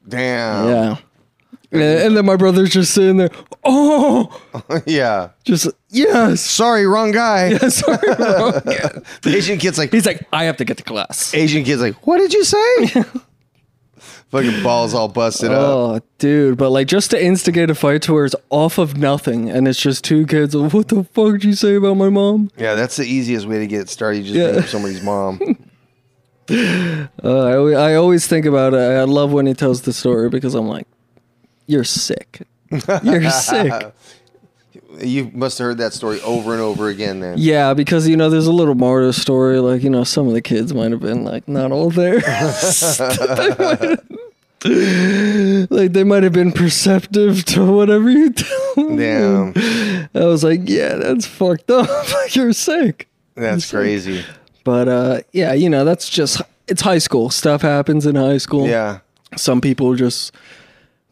[SPEAKER 2] Damn.
[SPEAKER 1] Yeah. And, and then my brother's just sitting there, oh,
[SPEAKER 2] Yeah.
[SPEAKER 1] just yes.
[SPEAKER 2] Sorry, wrong guy.
[SPEAKER 1] Sorry, bro.
[SPEAKER 2] The Asian kid's like
[SPEAKER 1] He's like, I have to get to class.
[SPEAKER 2] Asian kid's like, what did you say? Fucking balls all busted up.
[SPEAKER 1] Oh, dude! But like, just to instigate a fight to where it's off of nothing, and it's just two kids. Like, what the fuck did you say about my mom?
[SPEAKER 2] Yeah, that's the easiest way to get it started. You just bring
[SPEAKER 1] Oh. Yeah.
[SPEAKER 2] up somebody's mom.
[SPEAKER 1] Uh, I alwa- I always think about it. I love when he tells the story because I'm like, you're sick. You're sick.
[SPEAKER 2] you must have heard that story over and over again then.
[SPEAKER 1] Yeah, because you know, there's a little more to the story. Like, you know, some of the kids might have been like not all there. like they might have been perceptive to whatever you tell. them.
[SPEAKER 2] Damn.
[SPEAKER 1] I was like, yeah, that's fucked up. You're sick.
[SPEAKER 2] That's crazy.
[SPEAKER 1] But uh, yeah, you know, that's just it's high school. Stuff happens in high school.
[SPEAKER 2] Yeah.
[SPEAKER 1] Some people just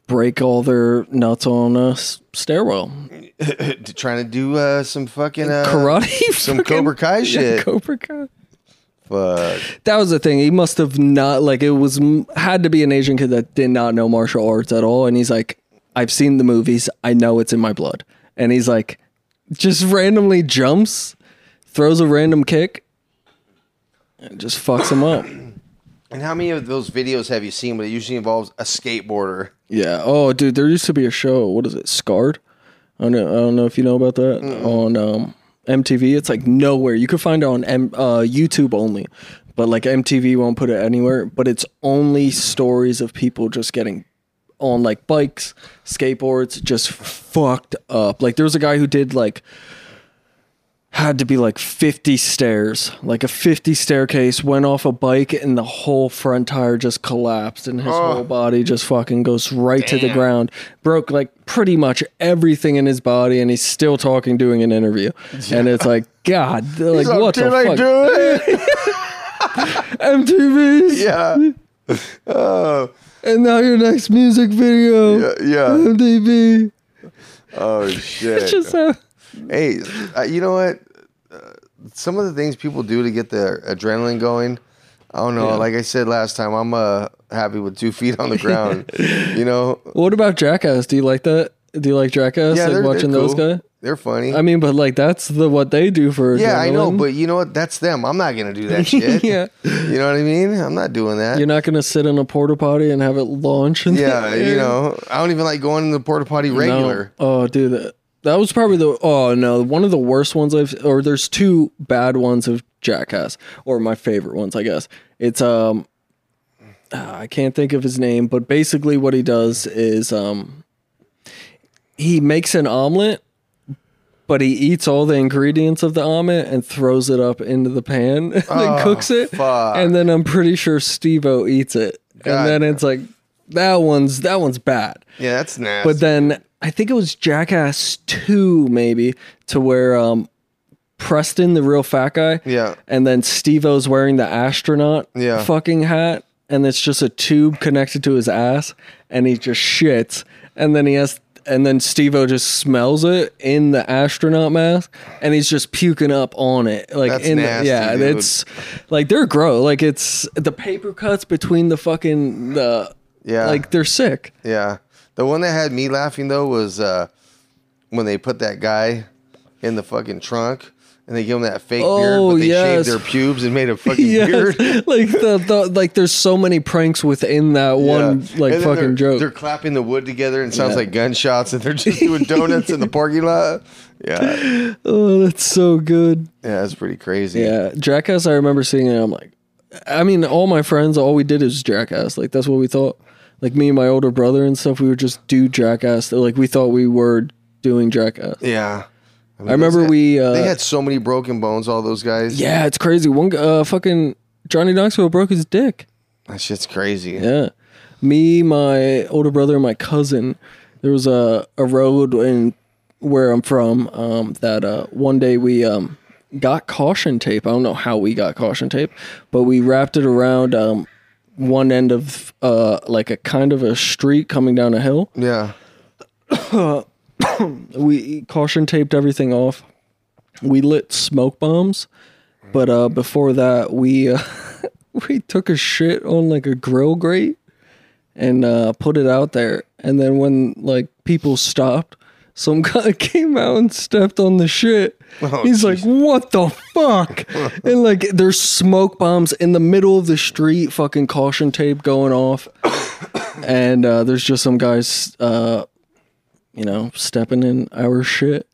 [SPEAKER 1] break all their nuts on a s- stairwell.
[SPEAKER 2] to- trying to do uh, some fucking uh,
[SPEAKER 1] Karate.
[SPEAKER 2] some
[SPEAKER 1] fucking-
[SPEAKER 2] Cobra Kai
[SPEAKER 1] Yeah,
[SPEAKER 2] shit.
[SPEAKER 1] Cobra Kai.
[SPEAKER 2] Fuck.
[SPEAKER 1] That was the thing. He must have not like it was had to be an Asian kid that did not know martial arts at all. And he's like, I've seen the movies. I know it's in my blood. And he's like, just randomly jumps, throws a random kick, and just fucks him up.
[SPEAKER 2] And how many of those videos have you seen? But it usually involves a skateboarder.
[SPEAKER 1] Yeah. Oh, dude, there used to be a show. What is it? Scarred. I don't know. I don't know if you know about that on um, MTV. It's like nowhere. You could find it on M- uh, YouTube only, but like MTV won't put it anywhere. But it's only stories of people just getting on like bikes, skateboards, just fucked up. Like there was a guy who did like had to be like 50 stairs, like a 50 staircase, went off a bike and the whole front tire just collapsed and his whole body just fucking goes right to the ground. Broke like pretty much everything in his body and he's still talking doing an interview. And it's like, God, like
[SPEAKER 2] So,
[SPEAKER 1] what
[SPEAKER 2] did
[SPEAKER 1] the
[SPEAKER 2] I
[SPEAKER 1] fuck?
[SPEAKER 2] do it?
[SPEAKER 1] MTV's
[SPEAKER 2] yeah. Oh,
[SPEAKER 1] and now your next music video.
[SPEAKER 2] yeah, yeah.
[SPEAKER 1] MTV.
[SPEAKER 2] Oh shit.
[SPEAKER 1] It's just so
[SPEAKER 2] Hey, uh, you know what? Uh, Some of the things people do to get their adrenaline going. I don't know.
[SPEAKER 1] Yeah.
[SPEAKER 2] Like I said last time, I'm uh, happy with two feet on the ground. you know,
[SPEAKER 1] What about Jackass? Do you like that? Do you like Jackass? like watching those
[SPEAKER 2] cool.
[SPEAKER 1] guys?
[SPEAKER 2] They're funny.
[SPEAKER 1] I mean, but like that's the what they do for
[SPEAKER 2] yeah, I know,
[SPEAKER 1] adrenaline.
[SPEAKER 2] but you know what? That's them. I'm not gonna do that shit.
[SPEAKER 1] Yeah.
[SPEAKER 2] you know what I mean. I'm not doing that.
[SPEAKER 1] You're not gonna sit in a porta potty and have it launch. In
[SPEAKER 2] yeah,
[SPEAKER 1] the air.
[SPEAKER 2] you know, I don't even like going in the porta potty
[SPEAKER 1] No.
[SPEAKER 2] regular.
[SPEAKER 1] Oh, dude, that, that was probably the oh no one of the worst ones I've or there's two bad ones of Jackass or my favorite ones I guess. It's um ah, I can't think of his name, but basically what he does is um he makes an omelet. But he eats all the ingredients of the omelet and throws it up into the pan and then
[SPEAKER 2] Oh,
[SPEAKER 1] cooks it.
[SPEAKER 2] fuck.
[SPEAKER 1] And then I'm pretty sure Steve O eats it.
[SPEAKER 2] God.
[SPEAKER 1] And then it's like that one's that one's bad.
[SPEAKER 2] Yeah, that's nasty.
[SPEAKER 1] But then I think it was Jackass 2, maybe, to where um, Preston, the real fat guy,
[SPEAKER 2] yeah,
[SPEAKER 1] and then Steve O's wearing the astronaut
[SPEAKER 2] Yeah.
[SPEAKER 1] fucking hat, and it's just a tube connected to his ass, and he just shits, and then he has. And then Steve O just smells it in the astronaut mask and he's just puking up on it. Like
[SPEAKER 2] That's
[SPEAKER 1] in
[SPEAKER 2] nasty,
[SPEAKER 1] the, yeah, and
[SPEAKER 2] dude.
[SPEAKER 1] it's like they're gross. Like it's the paper cuts between the fucking the
[SPEAKER 2] yeah,
[SPEAKER 1] like they're sick.
[SPEAKER 2] yeah. The one that had me laughing though was uh, when they put that guy in the fucking trunk and they give him that fake
[SPEAKER 1] Oh,
[SPEAKER 2] beard, but they
[SPEAKER 1] yes.
[SPEAKER 2] shaved their pubes and made a fucking
[SPEAKER 1] Yes.
[SPEAKER 2] beard.
[SPEAKER 1] like the, the like there's so many pranks within that one
[SPEAKER 2] Yeah.
[SPEAKER 1] like
[SPEAKER 2] And then
[SPEAKER 1] fucking
[SPEAKER 2] they're,
[SPEAKER 1] joke.
[SPEAKER 2] They're clapping the wood together and it sounds
[SPEAKER 1] Yeah.
[SPEAKER 2] like gunshots, and they're just doing donuts in the parking lot. Yeah,
[SPEAKER 1] oh, that's so good.
[SPEAKER 2] yeah, that's pretty crazy.
[SPEAKER 1] Yeah, Jackass. I remember seeing it. I'm like, I mean, all my friends, all we did is Jackass. Like that's what we thought. Like me and my older brother and stuff, we would just do Jackass. Like we thought we were doing Jackass.
[SPEAKER 2] Yeah. mean,
[SPEAKER 1] I remember
[SPEAKER 2] those-
[SPEAKER 1] we. Uh,
[SPEAKER 2] They had so many broken bones, all those guys.
[SPEAKER 1] yeah, it's crazy. One gu- uh, fucking Johnny Knoxville broke his dick.
[SPEAKER 2] That shit's crazy.
[SPEAKER 1] Yeah. Me, my older brother, and my cousin. There was a, a road in where I'm from um, that uh, one day we um, got caution tape. I don't know how we got caution tape, but we wrapped it around um, one end of uh, like a kind of a street coming down a hill.
[SPEAKER 2] Yeah.
[SPEAKER 1] We caution taped everything off. We lit smoke bombs, but uh, before that, we uh, we took a shit on like a grill grate and uh, put it out there. And then when like people stopped, some guy came out and stepped on the shit. He's like, "What the fuck?" and like, there's smoke bombs in the middle of the street, fucking caution tape going off, and uh, there's just some guys, uh, you know, stepping in our shit.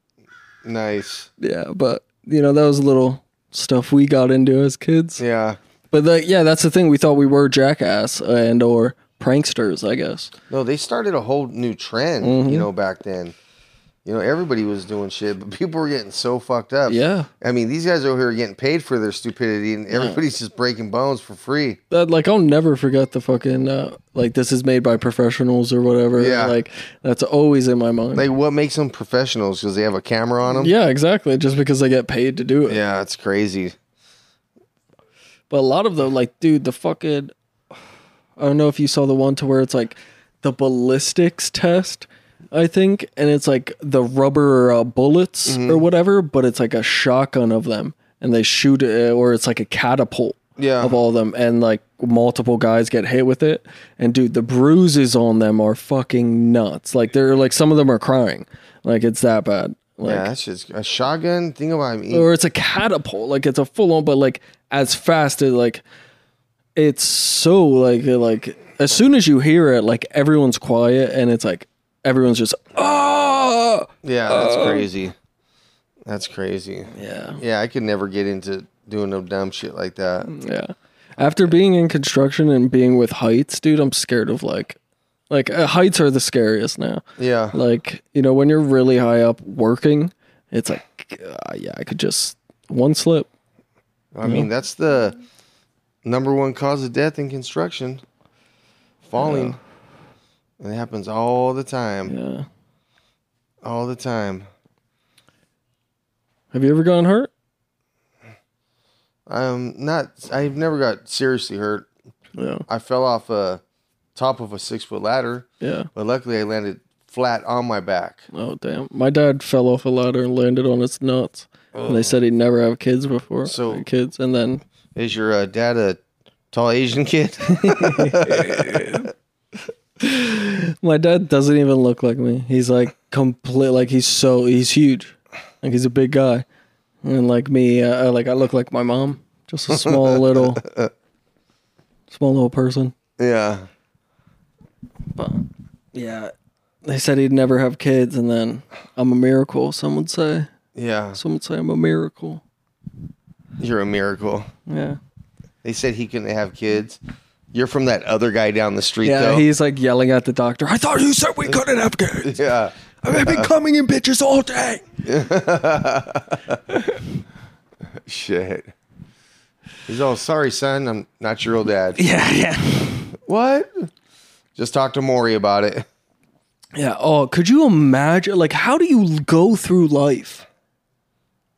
[SPEAKER 2] Nice.
[SPEAKER 1] Yeah, but you know, that was a little stuff we got into as kids.
[SPEAKER 2] Yeah.
[SPEAKER 1] But like, yeah, that's the thing. We thought we were jackass and or pranksters, I guess.
[SPEAKER 2] No, they started a whole new trend,
[SPEAKER 1] Mm-hmm.
[SPEAKER 2] you know, back then. You know, everybody was doing shit, but people were getting so fucked up.
[SPEAKER 1] Yeah.
[SPEAKER 2] I mean, these guys over here are getting paid for their stupidity, and everybody's just breaking bones for free.
[SPEAKER 1] That like I'll never forget the fucking uh, like this is made by professionals or whatever.
[SPEAKER 2] Yeah.
[SPEAKER 1] Like that's always in my mind.
[SPEAKER 2] Like, what makes them professionals? Because they have a camera on them?
[SPEAKER 1] yeah, exactly. Just because they get paid to do it.
[SPEAKER 2] Yeah, it's crazy.
[SPEAKER 1] But a lot of the like, dude, the fucking I don't know if you saw the one to where it's like the ballistics test, I think, and it's like the rubber uh, bullets or whatever, but it's like a shotgun of them, and they shoot it, or it's like a catapult.
[SPEAKER 2] Yeah.
[SPEAKER 1] Of all of them, and like multiple guys get hit with it, and dude, the bruises on them are fucking nuts. Like they're like some of them are crying, like it's that bad. Like, Uh,
[SPEAKER 2] yeah, that's just a shotgun. Think about it.
[SPEAKER 1] or it's a catapult like it's a full on but like as fast as like it's so like like as soon as you hear it like everyone's quiet and it's like everyone's just oh
[SPEAKER 2] Yeah, that's crazy. That's crazy.
[SPEAKER 1] yeah Mm.
[SPEAKER 2] Yeah, I could never get into doing no dumb shit like that.
[SPEAKER 1] yeah After being in construction and being with heights, dude, I'm scared of like, like uh, heights are the scariest now.
[SPEAKER 2] Yeah.
[SPEAKER 1] Like you know when you're really high up working, it's like, uh, yeah, I could just one slip.
[SPEAKER 2] I mean, that's the number one cause of death in construction. Falling. It happens all the time.
[SPEAKER 1] Yeah.
[SPEAKER 2] All the time.
[SPEAKER 1] Have you ever gotten hurt?
[SPEAKER 2] I'm not I've never got seriously hurt.
[SPEAKER 1] Yeah.
[SPEAKER 2] I fell off a top of a six foot ladder,
[SPEAKER 1] Yeah.
[SPEAKER 2] but luckily I landed flat on my back.
[SPEAKER 1] Oh damn! My dad fell off a ladder and landed on his nuts. And they said he'd never have kids before.
[SPEAKER 2] So-
[SPEAKER 1] So kids, and then
[SPEAKER 2] Is your uh, dad a tall Asian kid?
[SPEAKER 1] my dad doesn't even look like me. He's like complete. Like he's so he's huge. Like he's a big guy, and like me, uh, uh, like I look like my mom. Just a small little, small little person.
[SPEAKER 2] yeah.
[SPEAKER 1] But yeah, they said he'd never have kids, and then I'm a miracle. Some would say.
[SPEAKER 2] Yeah.
[SPEAKER 1] Some would say I'm a miracle.
[SPEAKER 2] You're a miracle.
[SPEAKER 1] Yeah.
[SPEAKER 2] They said he couldn't have kids. You're from that other guy down the street,
[SPEAKER 1] Yeah,
[SPEAKER 2] though.
[SPEAKER 1] he's like yelling at the doctor. I thought you said we couldn't have kids.
[SPEAKER 2] yeah.
[SPEAKER 1] I've been coming in bitches all day.
[SPEAKER 2] Shit. He's all sorry, son. I'm not your real dad.
[SPEAKER 1] Yeah, yeah.
[SPEAKER 2] what? Just talk to Maury about it.
[SPEAKER 1] Yeah. Oh, could you imagine? Like, how do you go through life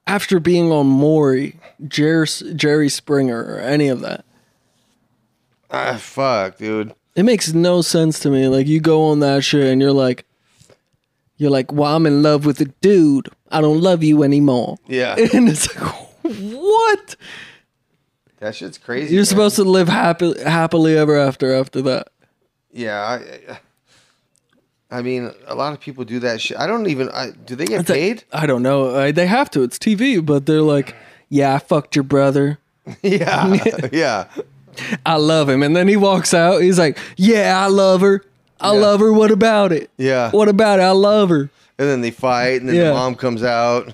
[SPEAKER 1] after being on Maury, Jer- Jerry Springer, or any of that?
[SPEAKER 2] Ah, fuck, dude.
[SPEAKER 1] It makes no sense to me. Like, you go on that shit and you're like, you're like, well, I'm in love with a dude. I don't love you anymore.
[SPEAKER 2] Yeah.
[SPEAKER 1] And it's like, what?
[SPEAKER 2] That shit's crazy.
[SPEAKER 1] You're
[SPEAKER 2] man.
[SPEAKER 1] supposed to live happy, happily ever after after that.
[SPEAKER 2] Yeah. I, I I mean, a lot of people do that shit. I don't even. I, do they get
[SPEAKER 1] It's like,
[SPEAKER 2] paid?
[SPEAKER 1] I don't know. I, they have to. It's TV, but they're like, yeah, I fucked your brother.
[SPEAKER 2] yeah. yeah.
[SPEAKER 1] I love him. And then he walks out. He's like, yeah, I love her. I love her. What about it?
[SPEAKER 2] Yeah.
[SPEAKER 1] What about it? I love her.
[SPEAKER 2] And then they fight, and then the
[SPEAKER 1] Yeah.
[SPEAKER 2] mom comes out.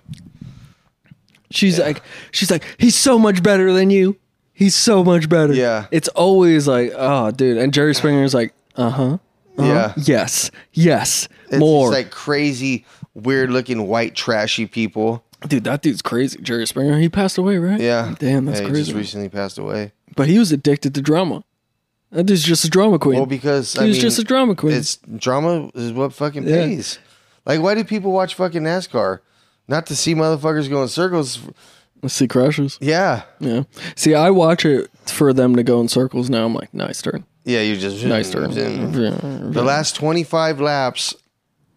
[SPEAKER 1] She's like, she's like, he's so much better than you. He's so much better.
[SPEAKER 2] Yeah.
[SPEAKER 1] It's always like, oh, dude. And Jerry Springer's like, uh huh.
[SPEAKER 2] Yeah.
[SPEAKER 1] Yes. Yes.
[SPEAKER 2] It's
[SPEAKER 1] More.
[SPEAKER 2] just like crazy, weird looking, white, trashy people.
[SPEAKER 1] dude, that dude's crazy. Jerry Springer. He passed away, right?
[SPEAKER 2] Yeah.
[SPEAKER 1] Damn, that's
[SPEAKER 2] Yeah, He
[SPEAKER 1] crazy.
[SPEAKER 2] just recently passed away.
[SPEAKER 1] but he was addicted to drama. That dude's just a drama queen.
[SPEAKER 2] Well, because
[SPEAKER 1] He
[SPEAKER 2] I
[SPEAKER 1] was
[SPEAKER 2] mean,
[SPEAKER 1] just a drama queen.
[SPEAKER 2] It's drama is what fucking
[SPEAKER 1] Yeah.
[SPEAKER 2] pays. Like, why do people watch fucking NASCAR? Not to see motherfuckers go in circles.
[SPEAKER 1] Let's see crashes.
[SPEAKER 2] Yeah,
[SPEAKER 1] Yeah. See, I watch it for them to go in circles now. I'm like, nice turn.
[SPEAKER 2] yeah. You just
[SPEAKER 1] Nice turn.
[SPEAKER 2] The last twenty five laps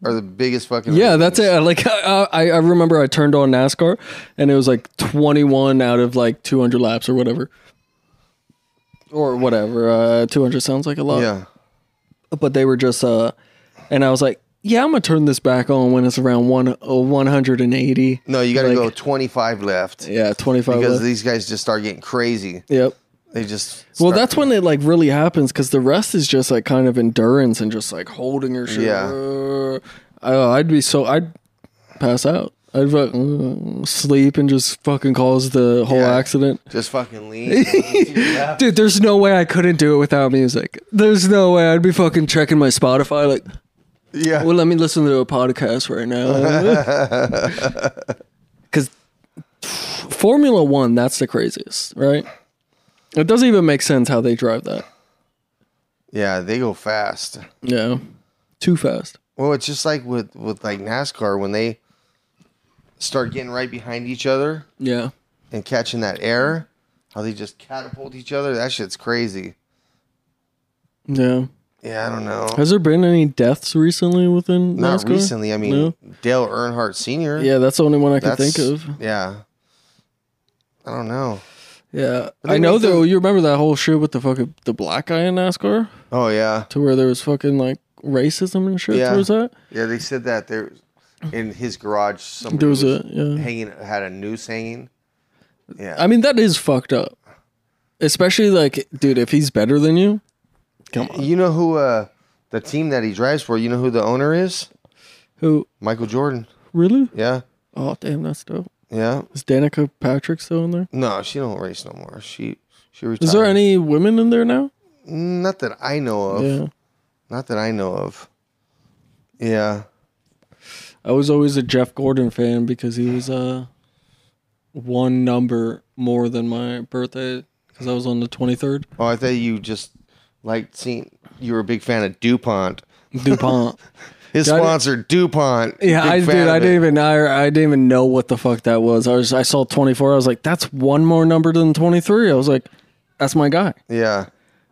[SPEAKER 2] are the biggest fucking.
[SPEAKER 1] Yeah, that's it. Like I, I, I remember I turned on NASCAR and it was like 21 out of like 200 laps or whatever. Or whatever. Uh, 200 sounds like a lot.
[SPEAKER 2] Yeah,
[SPEAKER 1] But they were just uh and I was like, yeah, I'm going to turn this back on when it's around one, uh, 180.
[SPEAKER 2] no, you got to
[SPEAKER 1] Like-
[SPEAKER 2] go twenty five left
[SPEAKER 1] Yeah, 25
[SPEAKER 2] because
[SPEAKER 1] left.
[SPEAKER 2] these guys just start getting crazy.
[SPEAKER 1] Yep.
[SPEAKER 2] They just
[SPEAKER 1] Well,
[SPEAKER 2] start-
[SPEAKER 1] that's when it like really happens because the rest is just like kind of endurance and just like holding your shit.
[SPEAKER 2] Yeah.
[SPEAKER 1] Uh, I- I'd be so I'd pass out. I'd fucking sleep and just fucking cause the whole
[SPEAKER 2] Yeah.
[SPEAKER 1] accident.
[SPEAKER 2] just fucking lean. to your left.
[SPEAKER 1] Dude, there's no way I couldn't do it without music. There's no way I'd be fucking checking my Spotify like,
[SPEAKER 2] yeah,
[SPEAKER 1] well, let me listen to a podcast right now. Because Formula One, that's the craziest, right? It doesn't even make sense how they drive that.
[SPEAKER 2] yeah. They go fast.
[SPEAKER 1] Yeah. Too fast.
[SPEAKER 2] Well, it's just like with with like NASCAR when they start getting right behind each other
[SPEAKER 1] Yeah.
[SPEAKER 2] and catching that air, how they just catapult each other. That shit's crazy.
[SPEAKER 1] Yeah.
[SPEAKER 2] Yeah, I don't know.
[SPEAKER 1] Has there been any deaths recently within
[SPEAKER 2] Not
[SPEAKER 1] NASCAR?
[SPEAKER 2] recently. I mean,
[SPEAKER 1] No?
[SPEAKER 2] Dale Earnhardt Sr.
[SPEAKER 1] Yeah, that's the only one I can
[SPEAKER 2] that's-
[SPEAKER 1] think of.
[SPEAKER 2] Yeah. I don't know.
[SPEAKER 1] Yeah.
[SPEAKER 2] they
[SPEAKER 1] I know
[SPEAKER 2] make
[SPEAKER 1] though,
[SPEAKER 2] those-
[SPEAKER 1] you remember that whole shit with the fucking the black guy in NASCAR
[SPEAKER 2] Oh yeah,
[SPEAKER 1] to where there was fucking like racism and shit
[SPEAKER 2] Yeah.
[SPEAKER 1] towards that?
[SPEAKER 2] yeah. They said that there in his garage. Somebody
[SPEAKER 1] There was
[SPEAKER 2] was
[SPEAKER 1] a yeah.
[SPEAKER 2] hanging had a noose hanging. Yeah,
[SPEAKER 1] I mean that is fucked up. Especially like dude, if he's better than you, come on.
[SPEAKER 2] you know who uh, the team that he drives for. You know who the owner is?
[SPEAKER 1] Who
[SPEAKER 2] Michael Jordan.
[SPEAKER 1] really?
[SPEAKER 2] Yeah,
[SPEAKER 1] Oh damn, that's dope.
[SPEAKER 2] yeah.
[SPEAKER 1] Is Danica Patrick still in there?
[SPEAKER 2] No, she don't race no more. She She retired.
[SPEAKER 1] Is there any women in there now?
[SPEAKER 2] Not that I know of.
[SPEAKER 1] Yeah.
[SPEAKER 2] Not that I know of. Yeah.
[SPEAKER 1] I was always a Jeff Gordon fan because he was uh one number more than my birthday because I was on the 23rd.
[SPEAKER 2] Oh, I thought you just liked seeing. You were a big fan of Dupont.
[SPEAKER 1] DuPont.
[SPEAKER 2] His
[SPEAKER 1] Yeah, I didn't-
[SPEAKER 2] sponsor, Dupont.
[SPEAKER 1] yeah,
[SPEAKER 2] Big
[SPEAKER 1] I
[SPEAKER 2] fan
[SPEAKER 1] dude, I
[SPEAKER 2] of it.
[SPEAKER 1] didn't even I, I didn't even know what the fuck that was. I was I saw 24. I was like, that's one more number than 23. I was like, that's my guy.
[SPEAKER 2] Yeah.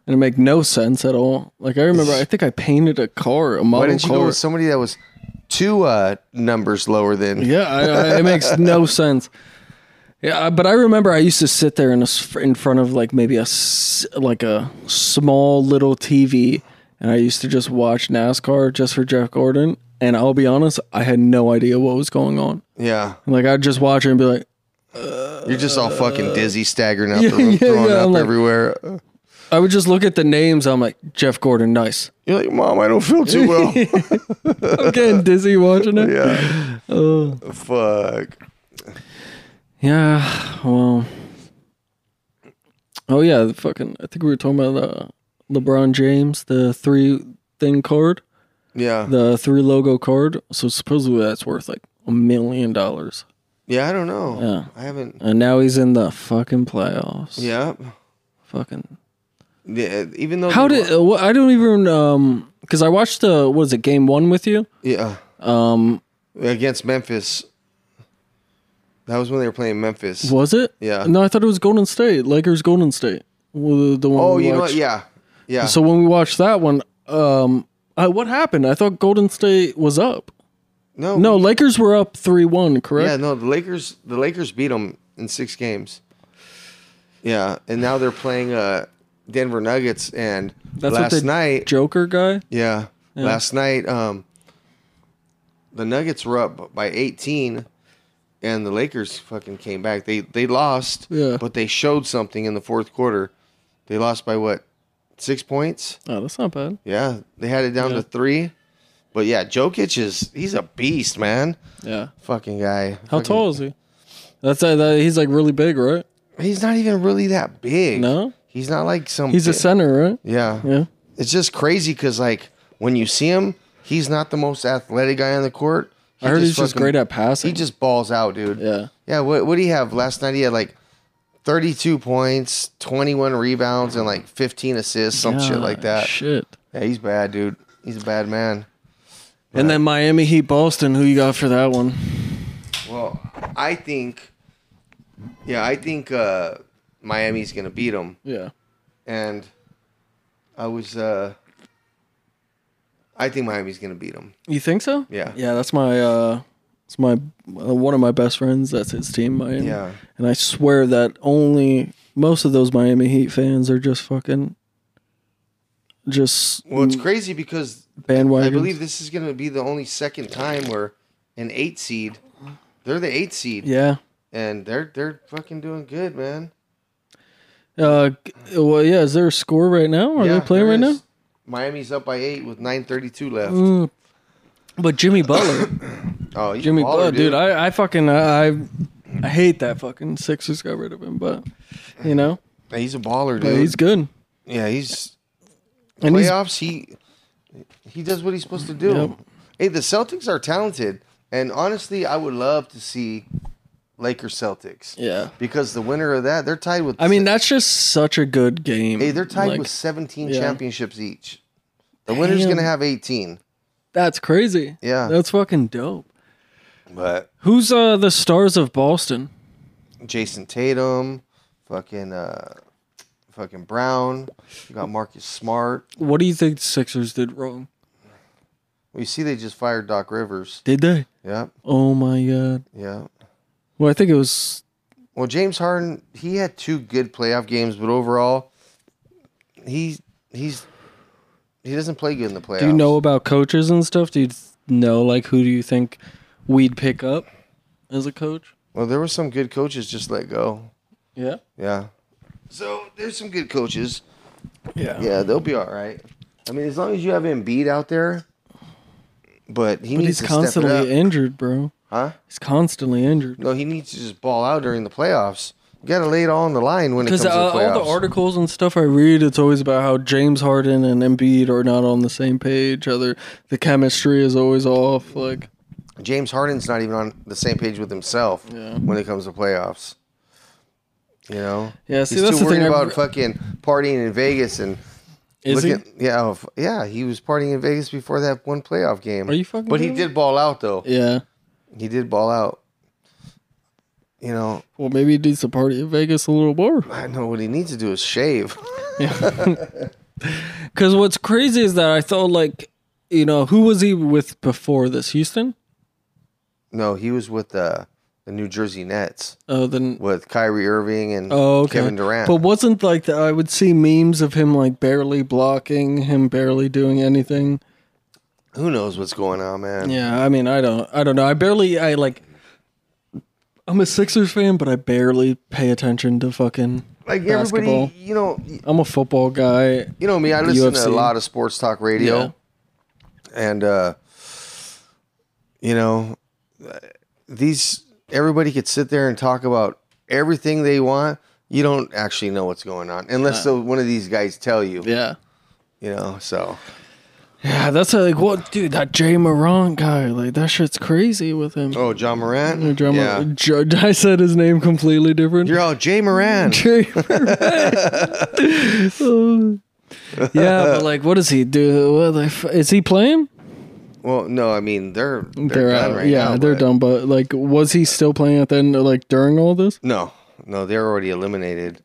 [SPEAKER 1] And it make no sense at all. Like I remember, I think I painted a car, a
[SPEAKER 2] Why
[SPEAKER 1] model
[SPEAKER 2] didn't you
[SPEAKER 1] car.
[SPEAKER 2] go with somebody that was two uh, numbers lower than?
[SPEAKER 1] Yeah, I, I, it makes no sense. Yeah, I- but I remember I used to sit there in a s in front of like maybe a s- like a small little TV, and I used to just watch NASCAR just for Jeff Gordon. And I'll be honest, I had no idea what was going on.
[SPEAKER 2] Yeah.
[SPEAKER 1] Like I'd just watch it and be like,
[SPEAKER 2] You're just all fucking dizzy, staggering out
[SPEAKER 1] Uh, yeah,
[SPEAKER 2] the room,
[SPEAKER 1] yeah,
[SPEAKER 2] throwing
[SPEAKER 1] yeah,
[SPEAKER 2] up
[SPEAKER 1] I'm like-
[SPEAKER 2] everywhere.
[SPEAKER 1] I would just look at the names. I'm like, Jeff Gordon, nice.
[SPEAKER 2] You're like, Mom, I don't feel too well.
[SPEAKER 1] I'm getting dizzy watching it.
[SPEAKER 2] yeah. Fuck.
[SPEAKER 1] Yeah, well. Oh yeah, the fucking. I think we were talking about the LeBron James, the three thing card,
[SPEAKER 2] Yeah.
[SPEAKER 1] the three logo card. So supposedly that's worth like a million dollars,
[SPEAKER 2] yeah, I don't know.
[SPEAKER 1] Yeah.
[SPEAKER 2] I haven't.
[SPEAKER 1] and now he's in the fucking playoffs.
[SPEAKER 2] Yeah.
[SPEAKER 1] fucking.
[SPEAKER 2] yeah. Even though.
[SPEAKER 1] How
[SPEAKER 2] they
[SPEAKER 1] did? Uh, wha- I don't even. Um, because I watched the what is it game one with you.
[SPEAKER 2] Yeah.
[SPEAKER 1] Um,
[SPEAKER 2] Against Memphis. That was when they were playing Memphis.
[SPEAKER 1] was it?
[SPEAKER 2] Yeah.
[SPEAKER 1] No, I thought it was Golden State, Lakers, Golden State. Well, The, the one
[SPEAKER 2] oh,
[SPEAKER 1] we
[SPEAKER 2] you know
[SPEAKER 1] watched.
[SPEAKER 2] what? Yeah. Yeah.
[SPEAKER 1] So when we watched that one, um, I, what happened? I thought Golden State was up.
[SPEAKER 2] no.
[SPEAKER 1] No, Lakers were up three one,
[SPEAKER 2] Yeah,
[SPEAKER 1] correct?
[SPEAKER 2] no, the Lakers the Lakers beat them in 6 games. Yeah, and now they're playing uh Denver Nuggets and
[SPEAKER 1] That's what
[SPEAKER 2] last
[SPEAKER 1] they-
[SPEAKER 2] night
[SPEAKER 1] Joker guy.
[SPEAKER 2] Yeah. Last night, um, the Nuggets were up by 18, and the Lakers fucking came back. They they lost,
[SPEAKER 1] Yeah.
[SPEAKER 2] but they showed something in the fourth quarter. They lost by what? Six points?
[SPEAKER 1] Oh, that's not bad.
[SPEAKER 2] Yeah. They had it down
[SPEAKER 1] Yeah.
[SPEAKER 2] to three. But yeah, Jokic is he's a beast, man.
[SPEAKER 1] Yeah.
[SPEAKER 2] Fucking guy.
[SPEAKER 1] How
[SPEAKER 2] Fucking-
[SPEAKER 1] tall is he? That's uh, that, he's like really big, right?
[SPEAKER 2] He's not even really that big.
[SPEAKER 1] No?
[SPEAKER 2] He's not like some
[SPEAKER 1] He's a
[SPEAKER 2] bi-
[SPEAKER 1] center, right?
[SPEAKER 2] Yeah.
[SPEAKER 1] Yeah.
[SPEAKER 2] It's just crazy because like when you see him, he's not the most athletic guy on the court. He
[SPEAKER 1] I heard he's just
[SPEAKER 2] fucking-
[SPEAKER 1] great at passing.
[SPEAKER 2] He just balls out, dude.
[SPEAKER 1] yeah.
[SPEAKER 2] Yeah. What What do you have? Last night he had like thirty-two points, twenty-one rebounds, and like fifteen assists, some shit like
[SPEAKER 1] Ah,
[SPEAKER 2] that.
[SPEAKER 1] Shit.
[SPEAKER 2] Yeah, he's bad, dude. He's a bad man.
[SPEAKER 1] And then Miami Heat, Boston. Who you got for that one?
[SPEAKER 2] Well, I think. Yeah, I think uh, Miami's gonna beat him.
[SPEAKER 1] Yeah.
[SPEAKER 2] and I was uh I think Miami's gonna beat them.
[SPEAKER 1] You think so?
[SPEAKER 2] Yeah.
[SPEAKER 1] Yeah, that's my uh it's my uh, one of my best friends, that's his team Miami.
[SPEAKER 2] Yeah.
[SPEAKER 1] And I swear that only most of those Miami Heat fans are just fucking just
[SPEAKER 2] Well, it's crazy because
[SPEAKER 1] bandwagon.
[SPEAKER 2] I believe this is gonna be the only second time where an eight seed, they're the eight seed,
[SPEAKER 1] Yeah.
[SPEAKER 2] and they're they're fucking doing good, man.
[SPEAKER 1] Uh g- well yeah, is there a score right now? Are
[SPEAKER 2] yeah,
[SPEAKER 1] they Oh, playing
[SPEAKER 2] there
[SPEAKER 1] right now?
[SPEAKER 2] is. Miami's up by eight with nine thirty-two left.
[SPEAKER 1] Mm. But Jimmy Butler,
[SPEAKER 2] Oh, he's
[SPEAKER 1] Jimmy
[SPEAKER 2] a baller,
[SPEAKER 1] Butler, dude, I, I fucking I, I I hate that fucking Sixers got rid of him, but you know,
[SPEAKER 2] Yeah, he's a baller,
[SPEAKER 1] but
[SPEAKER 2] dude.
[SPEAKER 1] he's good.
[SPEAKER 2] yeah, he's
[SPEAKER 1] And he's
[SPEAKER 2] playoffs. he he does what he's supposed to do.
[SPEAKER 1] Yep.
[SPEAKER 2] Hey, the Celtics are talented, and honestly, I would love to see Lakers Celtics
[SPEAKER 1] yeah.
[SPEAKER 2] because the winner of that they're tied with.
[SPEAKER 1] I mean, that's just such a good game.
[SPEAKER 2] hey, they're tied
[SPEAKER 1] Like,
[SPEAKER 2] with seventeen
[SPEAKER 1] yeah.
[SPEAKER 2] championships each. The winner's
[SPEAKER 1] Damn.
[SPEAKER 2] gonna have eighteen.
[SPEAKER 1] That's crazy.
[SPEAKER 2] Yeah.
[SPEAKER 1] That's fucking dope.
[SPEAKER 2] But
[SPEAKER 1] Who's uh the stars of Boston?
[SPEAKER 2] Jason Tatum, fucking uh, fucking Brown, you got Marcus Smart.
[SPEAKER 1] What do you think the Sixers did wrong?
[SPEAKER 2] Well, you see, they just fired Doc Rivers.
[SPEAKER 1] Did they?
[SPEAKER 2] Yeah,
[SPEAKER 1] Oh my god.
[SPEAKER 2] yeah.
[SPEAKER 1] Well, I think it was
[SPEAKER 2] Well, James Harden, he had two good playoff games, but overall, he he's he doesn't play good in the playoffs.
[SPEAKER 1] Do you know about coaches and stuff? Do you know like who do you think we'd pick up as a coach?
[SPEAKER 2] Well, there were some good coaches just let go.
[SPEAKER 1] Yeah.
[SPEAKER 2] Yeah. So there's some good coaches.
[SPEAKER 1] Yeah.
[SPEAKER 2] Yeah, they'll be all right. I mean, as long as you have Embiid out there, but he
[SPEAKER 1] But
[SPEAKER 2] needs
[SPEAKER 1] he's
[SPEAKER 2] to constantly step it
[SPEAKER 1] constantly
[SPEAKER 2] up.
[SPEAKER 1] injured, bro.
[SPEAKER 2] huh?
[SPEAKER 1] He's constantly injured.
[SPEAKER 2] No, he needs to just ball out during the playoffs. You got to lay it all on the line when it comes
[SPEAKER 1] Because
[SPEAKER 2] to
[SPEAKER 1] uh,
[SPEAKER 2] the
[SPEAKER 1] all the
[SPEAKER 2] playoffs.
[SPEAKER 1] articles and stuff I read, it's always about how James Harden and Embiid are not on the same page. Other the chemistry is always off. Like
[SPEAKER 2] James Harden's not even on the same page with himself
[SPEAKER 1] Yeah.
[SPEAKER 2] when it comes to playoffs. You know,
[SPEAKER 1] Yeah, see,
[SPEAKER 2] he's
[SPEAKER 1] that's
[SPEAKER 2] too
[SPEAKER 1] the
[SPEAKER 2] worried
[SPEAKER 1] thing I-
[SPEAKER 2] about fucking partying in Vegas and
[SPEAKER 1] is he?
[SPEAKER 2] looking. Yeah, oh, f- yeah, he was partying in Vegas before that one playoff game.
[SPEAKER 1] Are you fucking
[SPEAKER 2] But he
[SPEAKER 1] kidding me?
[SPEAKER 2] did ball out though.
[SPEAKER 1] Yeah.
[SPEAKER 2] He did ball out. You know,
[SPEAKER 1] Well, maybe he needs to party in Vegas a little more.
[SPEAKER 2] I know what he needs to do is shave.
[SPEAKER 1] Because what's crazy is that I thought like, you know, who was he with before this? Houston?
[SPEAKER 2] no, he was with the the New Jersey Nets
[SPEAKER 1] Oh, then.
[SPEAKER 2] with Kyrie Irving and
[SPEAKER 1] Oh, okay.
[SPEAKER 2] Kevin Durant.
[SPEAKER 1] But wasn't like the, I would see memes of him like barely blocking, him barely doing anything.
[SPEAKER 2] Who knows what's going on, man?
[SPEAKER 1] Yeah, I mean, I don't, I don't know. I barely, I like, I'm a Sixers fan, but I barely pay attention to fucking
[SPEAKER 2] Like
[SPEAKER 1] Basketball.
[SPEAKER 2] everybody, you know,
[SPEAKER 1] I'm a football guy.
[SPEAKER 2] You know me, I listen to
[SPEAKER 1] UFC.
[SPEAKER 2] a lot of sports talk radio,
[SPEAKER 1] Yeah.
[SPEAKER 2] and uh, you know these. Everybody could sit there and talk about everything they want. You don't actually know what's going on unless the, one of these guys tell you.
[SPEAKER 1] Yeah.
[SPEAKER 2] You know, so
[SPEAKER 1] Yeah, that's like what, dude? That Jay Morant guy, like that shit's crazy with him.
[SPEAKER 2] oh, John Morant,
[SPEAKER 1] The drummer,
[SPEAKER 2] yeah,
[SPEAKER 1] Jo- I said his name completely different.
[SPEAKER 2] you're all Jay Moran.
[SPEAKER 1] Jay Morant. yeah, but like, what does he do? What the f- is he playing?
[SPEAKER 2] Well, no, I mean they're they're, done
[SPEAKER 1] out.
[SPEAKER 2] right
[SPEAKER 1] uh, yeah,
[SPEAKER 2] now,
[SPEAKER 1] they're
[SPEAKER 2] but-
[SPEAKER 1] done. But like, was he still playing at the end? Like during all this?
[SPEAKER 2] No, no, they're already eliminated.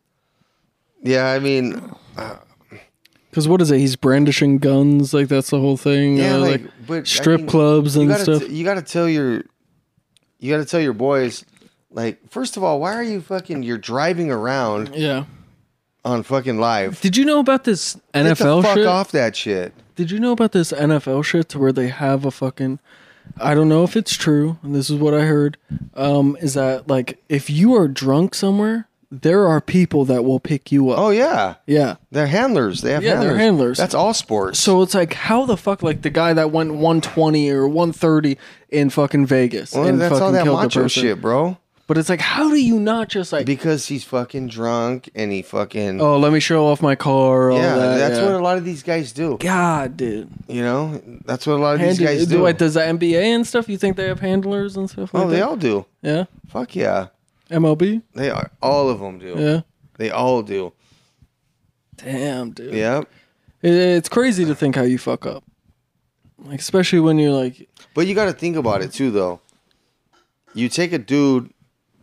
[SPEAKER 2] Yeah, I mean,
[SPEAKER 1] Because what is it? He's brandishing guns. Like that's the whole thing.
[SPEAKER 2] Yeah,
[SPEAKER 1] uh,
[SPEAKER 2] like,
[SPEAKER 1] like,
[SPEAKER 2] but,
[SPEAKER 1] strip
[SPEAKER 2] I mean,
[SPEAKER 1] clubs
[SPEAKER 2] you
[SPEAKER 1] and
[SPEAKER 2] gotta
[SPEAKER 1] stuff.
[SPEAKER 2] t- you gotta tell your you gotta tell your boys like first of all why are you fucking you're driving around
[SPEAKER 1] yeah.
[SPEAKER 2] on fucking live
[SPEAKER 1] Did you know about this
[SPEAKER 2] get the
[SPEAKER 1] NFL
[SPEAKER 2] fuck
[SPEAKER 1] shit?
[SPEAKER 2] off that shit
[SPEAKER 1] Did you know about this NFL shit to where they have a fucking I don't know if it's true, and this is what I heard, um, is that like if you are drunk somewhere, there are people that will pick you up.
[SPEAKER 2] oh yeah
[SPEAKER 1] Yeah.
[SPEAKER 2] they're handlers they have
[SPEAKER 1] Yeah,
[SPEAKER 2] handlers.
[SPEAKER 1] they're handlers.
[SPEAKER 2] that's all sports
[SPEAKER 1] So it's like how the fuck like the guy that went 120 or 130 in fucking Vegas
[SPEAKER 2] Well,
[SPEAKER 1] and
[SPEAKER 2] that's
[SPEAKER 1] fucking
[SPEAKER 2] all that
[SPEAKER 1] killed the
[SPEAKER 2] macho
[SPEAKER 1] person.
[SPEAKER 2] shit bro
[SPEAKER 1] But it's like how do you not just like
[SPEAKER 2] because he's fucking drunk and he fucking
[SPEAKER 1] oh let me show off my car all
[SPEAKER 2] yeah
[SPEAKER 1] that,
[SPEAKER 2] that's
[SPEAKER 1] yeah.
[SPEAKER 2] what a lot of these guys do
[SPEAKER 1] God, dude.
[SPEAKER 2] you know that's what a lot of these
[SPEAKER 1] Handle-
[SPEAKER 2] guys
[SPEAKER 1] do-
[SPEAKER 2] do
[SPEAKER 1] Wait, does the NBA and stuff? You think they have handlers and stuff like
[SPEAKER 2] oh
[SPEAKER 1] that?
[SPEAKER 2] they all do
[SPEAKER 1] yeah.
[SPEAKER 2] fuck yeah
[SPEAKER 1] MLB.
[SPEAKER 2] they are all of them do
[SPEAKER 1] Yeah.
[SPEAKER 2] they all do
[SPEAKER 1] Damn, dude.
[SPEAKER 2] yeah
[SPEAKER 1] It, it's crazy to think how you fuck up. Like, especially when you're like,
[SPEAKER 2] But you got to think about it too, though. You take a dude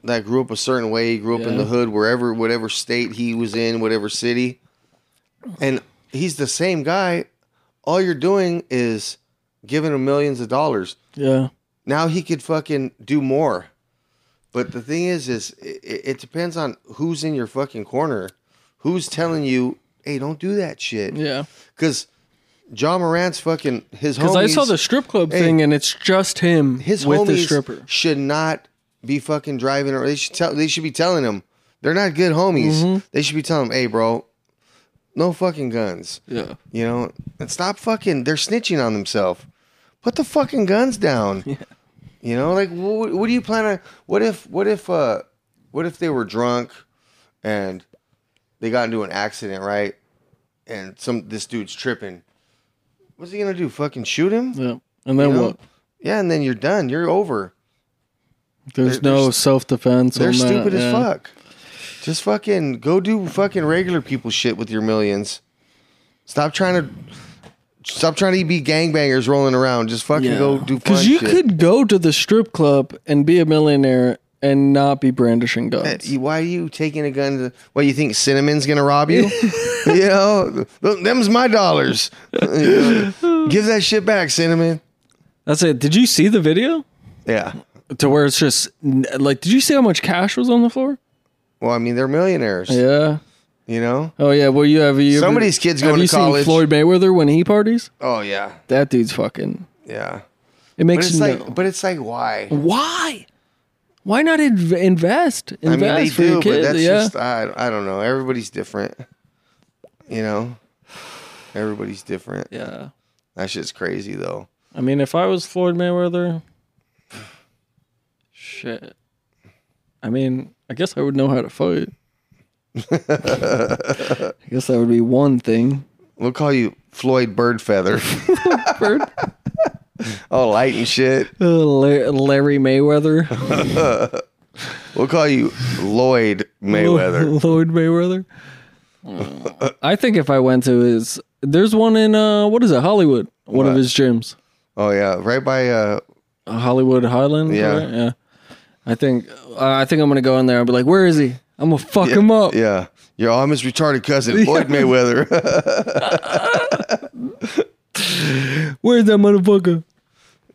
[SPEAKER 2] that grew up a certain way, grew up in the
[SPEAKER 1] Yeah.
[SPEAKER 2] hood, wherever, whatever state he was in, whatever city, and he's the same guy. All you're doing is giving him millions of dollars.
[SPEAKER 1] yeah,
[SPEAKER 2] Now he could fucking do more. But the thing is, is it, it depends on who's in your fucking corner, who's telling you, "Hey, don't do that shit."
[SPEAKER 1] yeah.
[SPEAKER 2] Because John Morant's fucking his.
[SPEAKER 1] Because I saw
[SPEAKER 2] homies-
[SPEAKER 1] the strip club
[SPEAKER 2] Hey.
[SPEAKER 1] thing, and it's just him
[SPEAKER 2] his
[SPEAKER 1] with
[SPEAKER 2] homies
[SPEAKER 1] the stripper.
[SPEAKER 2] should not be fucking driving or they should tell they should be telling him they're not good homies.
[SPEAKER 1] Mm-hmm.
[SPEAKER 2] They should be telling him, hey bro, no fucking guns.
[SPEAKER 1] Yeah,
[SPEAKER 2] You know? And stop fucking they're snitching on themselves. Put the fucking guns down. You know, like what, what do you plan on what if what if uh what if they were drunk and they got into an accident, right? And some this dude's tripping. What's he gonna do? Fucking shoot him?
[SPEAKER 1] yeah. And then
[SPEAKER 2] You know?
[SPEAKER 1] what?
[SPEAKER 2] Yeah, and then you're done. You're over.
[SPEAKER 1] There's
[SPEAKER 2] they're-
[SPEAKER 1] no
[SPEAKER 2] they're
[SPEAKER 1] self defense.
[SPEAKER 2] They're stupid as fuck. Just fucking go do fucking regular people shit with your millions. Stop trying to stop trying to be gangbangers rolling around. Just fucking go do fun
[SPEAKER 1] you
[SPEAKER 2] shit.
[SPEAKER 1] could go to the strip club and be a millionaire and not be brandishing guns.
[SPEAKER 2] You- Why are you taking a gun? To, what you think Cinnamon's gonna rob you? you know, "Th- them's my dollars. You know, Give that shit back, Cinnamon.
[SPEAKER 1] That's it. Did you see the video?
[SPEAKER 2] Yeah.
[SPEAKER 1] To where it's just like, did you see how much cash was on the floor?
[SPEAKER 2] Well, I mean, they're millionaires.
[SPEAKER 1] Yeah.
[SPEAKER 2] You know.
[SPEAKER 1] Oh yeah. Well, you have you. ever-
[SPEAKER 2] Somebody's kid's
[SPEAKER 1] have
[SPEAKER 2] going
[SPEAKER 1] you
[SPEAKER 2] to
[SPEAKER 1] seen
[SPEAKER 2] college.
[SPEAKER 1] Floyd Mayweather when he parties?
[SPEAKER 2] Oh yeah,
[SPEAKER 1] That dude's fucking.
[SPEAKER 2] yeah.
[SPEAKER 1] It
[SPEAKER 2] But
[SPEAKER 1] makes
[SPEAKER 2] it's
[SPEAKER 1] no.
[SPEAKER 2] like, but it's like, why?
[SPEAKER 1] why? Why not inv- invest? Invest
[SPEAKER 2] I mean, they
[SPEAKER 1] for
[SPEAKER 2] do,
[SPEAKER 1] your
[SPEAKER 2] but
[SPEAKER 1] kids.
[SPEAKER 2] that's
[SPEAKER 1] yeah.
[SPEAKER 2] just I, I don't know. Everybody's different, you know. Everybody's different.
[SPEAKER 1] yeah.
[SPEAKER 2] That shit's crazy though.
[SPEAKER 1] I mean, if I was Floyd Mayweather, shit. I mean, I guess I would know how to fight. I guess that would be one thing.
[SPEAKER 2] We'll call you Floyd Birdfeather.
[SPEAKER 1] Bird.
[SPEAKER 2] All light and shit.
[SPEAKER 1] Uh, Lar- Larry Mayweather.
[SPEAKER 2] We'll call you Lloyd Mayweather.
[SPEAKER 1] Lloyd Mayweather. Uh, I think if I went to his, there's one in uh, what is it, Hollywood? One of
[SPEAKER 2] What?
[SPEAKER 1] his gyms,
[SPEAKER 2] Oh yeah, right by uh
[SPEAKER 1] Uh, Hollywood Highland.
[SPEAKER 2] Yeah.
[SPEAKER 1] right? yeah. I think I think I'm gonna go in there. I'll be like, where is he? I'm gonna fuck him up.
[SPEAKER 2] yeah. Your arm is retarded cousin, Floyd Mayweather.
[SPEAKER 1] Where's that motherfucker?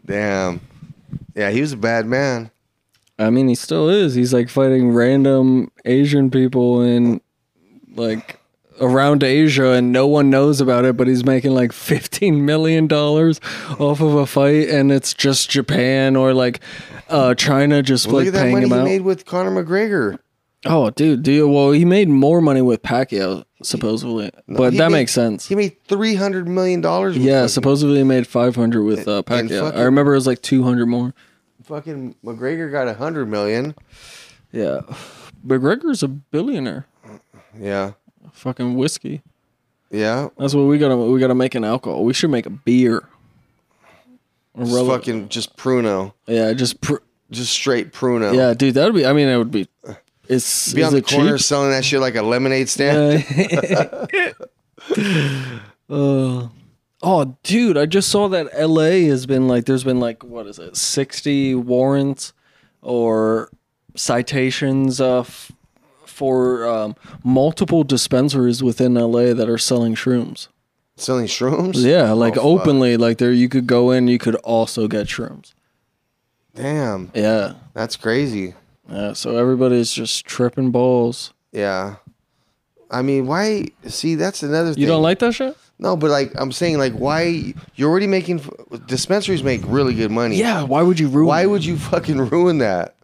[SPEAKER 2] Damn. Yeah, he was a bad man.
[SPEAKER 1] I mean, he still is. He's like fighting random Asian people in like around Asia, and no one knows about it. But he's making like fifteen million dollars off of a fight, and it's just Japan or like uh, China just
[SPEAKER 2] Look
[SPEAKER 1] like
[SPEAKER 2] at that
[SPEAKER 1] paying
[SPEAKER 2] money
[SPEAKER 1] him
[SPEAKER 2] he
[SPEAKER 1] out.
[SPEAKER 2] made with Conor McGregor.
[SPEAKER 1] oh, dude, dude. Well, he made more money with Pacquiao supposedly, but
[SPEAKER 2] he
[SPEAKER 1] that
[SPEAKER 2] made-
[SPEAKER 1] makes sense.
[SPEAKER 2] He made three hundred million dollars.
[SPEAKER 1] yeah, supposedly he made five hundred with uh, Pacquiao. I
[SPEAKER 2] fucking-
[SPEAKER 1] remember it was like two hundred more.
[SPEAKER 2] fucking McGregor got a hundred million.
[SPEAKER 1] Yeah, McGregor's a billionaire.
[SPEAKER 2] Yeah,
[SPEAKER 1] Fucking whiskey.
[SPEAKER 2] yeah.
[SPEAKER 1] That's what we gotta we gotta make an alcohol. We should make a beer. A
[SPEAKER 2] Just
[SPEAKER 1] rel-
[SPEAKER 2] fucking just Pruno,
[SPEAKER 1] yeah, just pr-
[SPEAKER 2] just straight Pruno.
[SPEAKER 1] yeah, dude. That would be. I mean, it would be. It's
[SPEAKER 2] be
[SPEAKER 1] is
[SPEAKER 2] on the
[SPEAKER 1] it
[SPEAKER 2] corner
[SPEAKER 1] cheap?
[SPEAKER 2] selling that shit like a lemonade stand.
[SPEAKER 1] Uh, oh, dude! I just saw that L.A. has been like there's been like what is it, sixty warrants or citations uh, f- for um, multiple dispensaries within L.A. that are selling shrooms.
[SPEAKER 2] Selling shrooms.
[SPEAKER 1] Yeah, like
[SPEAKER 2] Oh, fuck.
[SPEAKER 1] openly, like there you could go in, you could also get shrooms.
[SPEAKER 2] Damn,
[SPEAKER 1] Yeah.
[SPEAKER 2] that's crazy.
[SPEAKER 1] Yeah, so everybody's just tripping balls.
[SPEAKER 2] Yeah. I mean, why? See, that's another thing.
[SPEAKER 1] You don't like that shit?
[SPEAKER 2] No, but like I'm saying, like why? You're already making dispensaries make really good money.
[SPEAKER 1] Yeah. Why would you ruin?
[SPEAKER 2] Why would you fucking ruin that?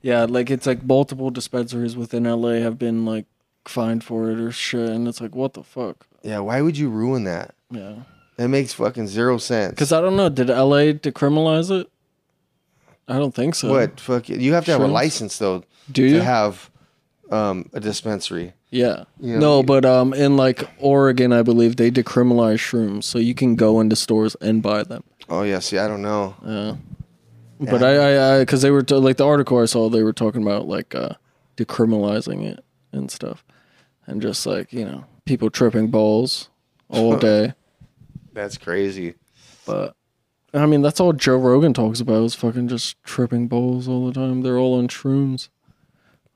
[SPEAKER 1] Yeah, like it's like multiple dispensaries within LA have been like fined for it or shit, and it's like what the fuck?
[SPEAKER 2] Yeah, why would you ruin that?
[SPEAKER 1] Yeah.
[SPEAKER 2] That makes fucking zero sense.
[SPEAKER 1] Because I don't know. Did LA decriminalize it? I don't think so.
[SPEAKER 2] what fuck? You have to have a
[SPEAKER 1] uh, Shrooms?
[SPEAKER 2] license though
[SPEAKER 1] Do
[SPEAKER 2] to
[SPEAKER 1] you?
[SPEAKER 2] have um, a dispensary.
[SPEAKER 1] yeah.
[SPEAKER 2] Yeah.
[SPEAKER 1] No, but um, in like Oregon, I believe they decriminalize shrooms, so you can go into stores and buy them.
[SPEAKER 2] Oh yeah, see, I don't know.
[SPEAKER 1] Yeah. But I, I, because they were t- like the article I saw, they were talking about like uh, decriminalizing it and stuff, and just like you know people tripping balls all day.
[SPEAKER 2] That's crazy.
[SPEAKER 1] but I mean, that's all Joe Rogan talks about is fucking just tripping balls all the time. They're all on shrooms